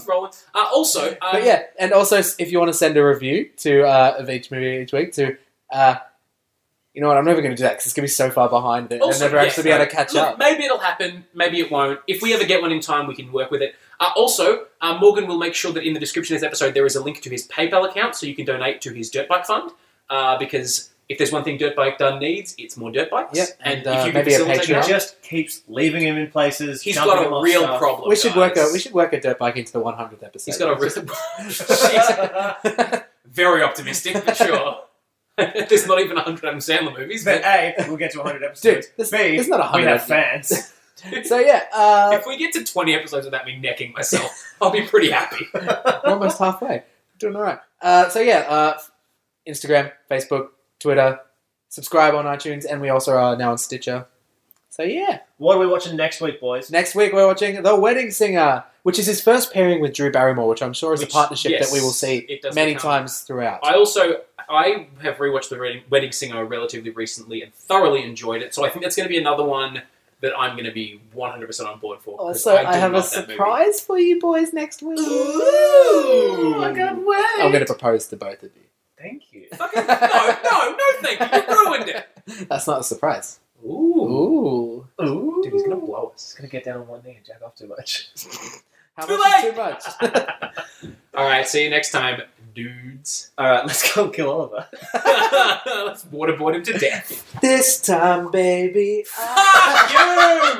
Speaker 3: Uh, also, um,
Speaker 1: But yeah, and also s- if you want to send a review to uh, of each movie each week to, uh, you know what? I'm never going to do that because it's going to be so far behind that
Speaker 3: Also,
Speaker 1: I'll never
Speaker 3: yes,
Speaker 1: actually be able
Speaker 3: no,
Speaker 1: to catch
Speaker 3: look,
Speaker 1: up.
Speaker 3: Maybe it'll happen. Maybe it won't. If we ever get one in time, we can work with it. Uh, also, uh, Morgan will make sure that in the description of this episode there is a link to his PayPal account, so you can donate to his dirt bike fund. Uh, because if there's one thing dirt bike done needs, it's more dirt bikes.
Speaker 1: Yep,
Speaker 3: And,
Speaker 1: and, uh,
Speaker 3: if you can
Speaker 1: maybe a
Speaker 3: facilitate
Speaker 2: She
Speaker 1: Patreon.
Speaker 3: that,
Speaker 2: just keeps leaving him in places.
Speaker 3: he's
Speaker 2: jumping
Speaker 3: got
Speaker 2: him
Speaker 3: a
Speaker 2: off
Speaker 3: real
Speaker 2: stuff.
Speaker 3: problem.
Speaker 1: We should work a
Speaker 3: guys.
Speaker 1: we should work a dirt bike into the 100th episode.
Speaker 3: He's got a
Speaker 1: Just-
Speaker 3: real. Jeez, Very optimistic, for sure. there's not even 100 Adam Sandler movies,
Speaker 2: But
Speaker 3: but
Speaker 2: A, we'll get to 100 episodes.
Speaker 1: Dude, this,
Speaker 2: B,
Speaker 1: it's not a
Speaker 2: we
Speaker 1: hundred.
Speaker 2: have
Speaker 1: episodes.
Speaker 2: fans.
Speaker 1: So yeah, uh,
Speaker 3: if we get to 20 episodes without me necking myself, I'll be pretty happy.
Speaker 1: we're almost halfway. Doing all right. Uh, so yeah, uh, Instagram, Facebook, Twitter, subscribe on iTunes, and we also are now on Stitcher. So yeah.
Speaker 2: what are we watching next week, boys?
Speaker 1: Next week we're watching The Wedding Singer, which is his first pairing with Drew Barrymore, which I'm sure is
Speaker 3: Which,
Speaker 1: a partnership
Speaker 3: yes,
Speaker 1: that we will see
Speaker 3: it does
Speaker 1: many
Speaker 3: become.
Speaker 1: times throughout.
Speaker 3: I also I have rewatched The Wedding- Wedding Singer relatively recently and thoroughly enjoyed it. So I think that's going to be another one that I'm going to be 100% on board for. 'cause
Speaker 1: also, Oh, Uh, I,
Speaker 3: do
Speaker 1: have a
Speaker 3: love that movie.
Speaker 1: surprise for you boys next week. Oh
Speaker 3: Ooh, I
Speaker 2: can't wait.
Speaker 1: I'm going to propose to both of you.
Speaker 2: Thank you.
Speaker 3: Fucking, no, no, no, thank you. You ruined it.
Speaker 1: That's not a surprise.
Speaker 3: Ooh.
Speaker 1: Ooh.
Speaker 2: Ooh.
Speaker 3: Dude, he's going to blow us.
Speaker 2: He's gonna get down on one knee and jack off too much.
Speaker 1: How
Speaker 3: Too
Speaker 1: much
Speaker 3: late!
Speaker 1: is too much?
Speaker 3: All right, see you next time, dudes.
Speaker 2: All right, let's go kill Oliver.
Speaker 3: Let's waterboard him to death.
Speaker 1: this time, baby.
Speaker 3: Fuck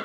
Speaker 3: you!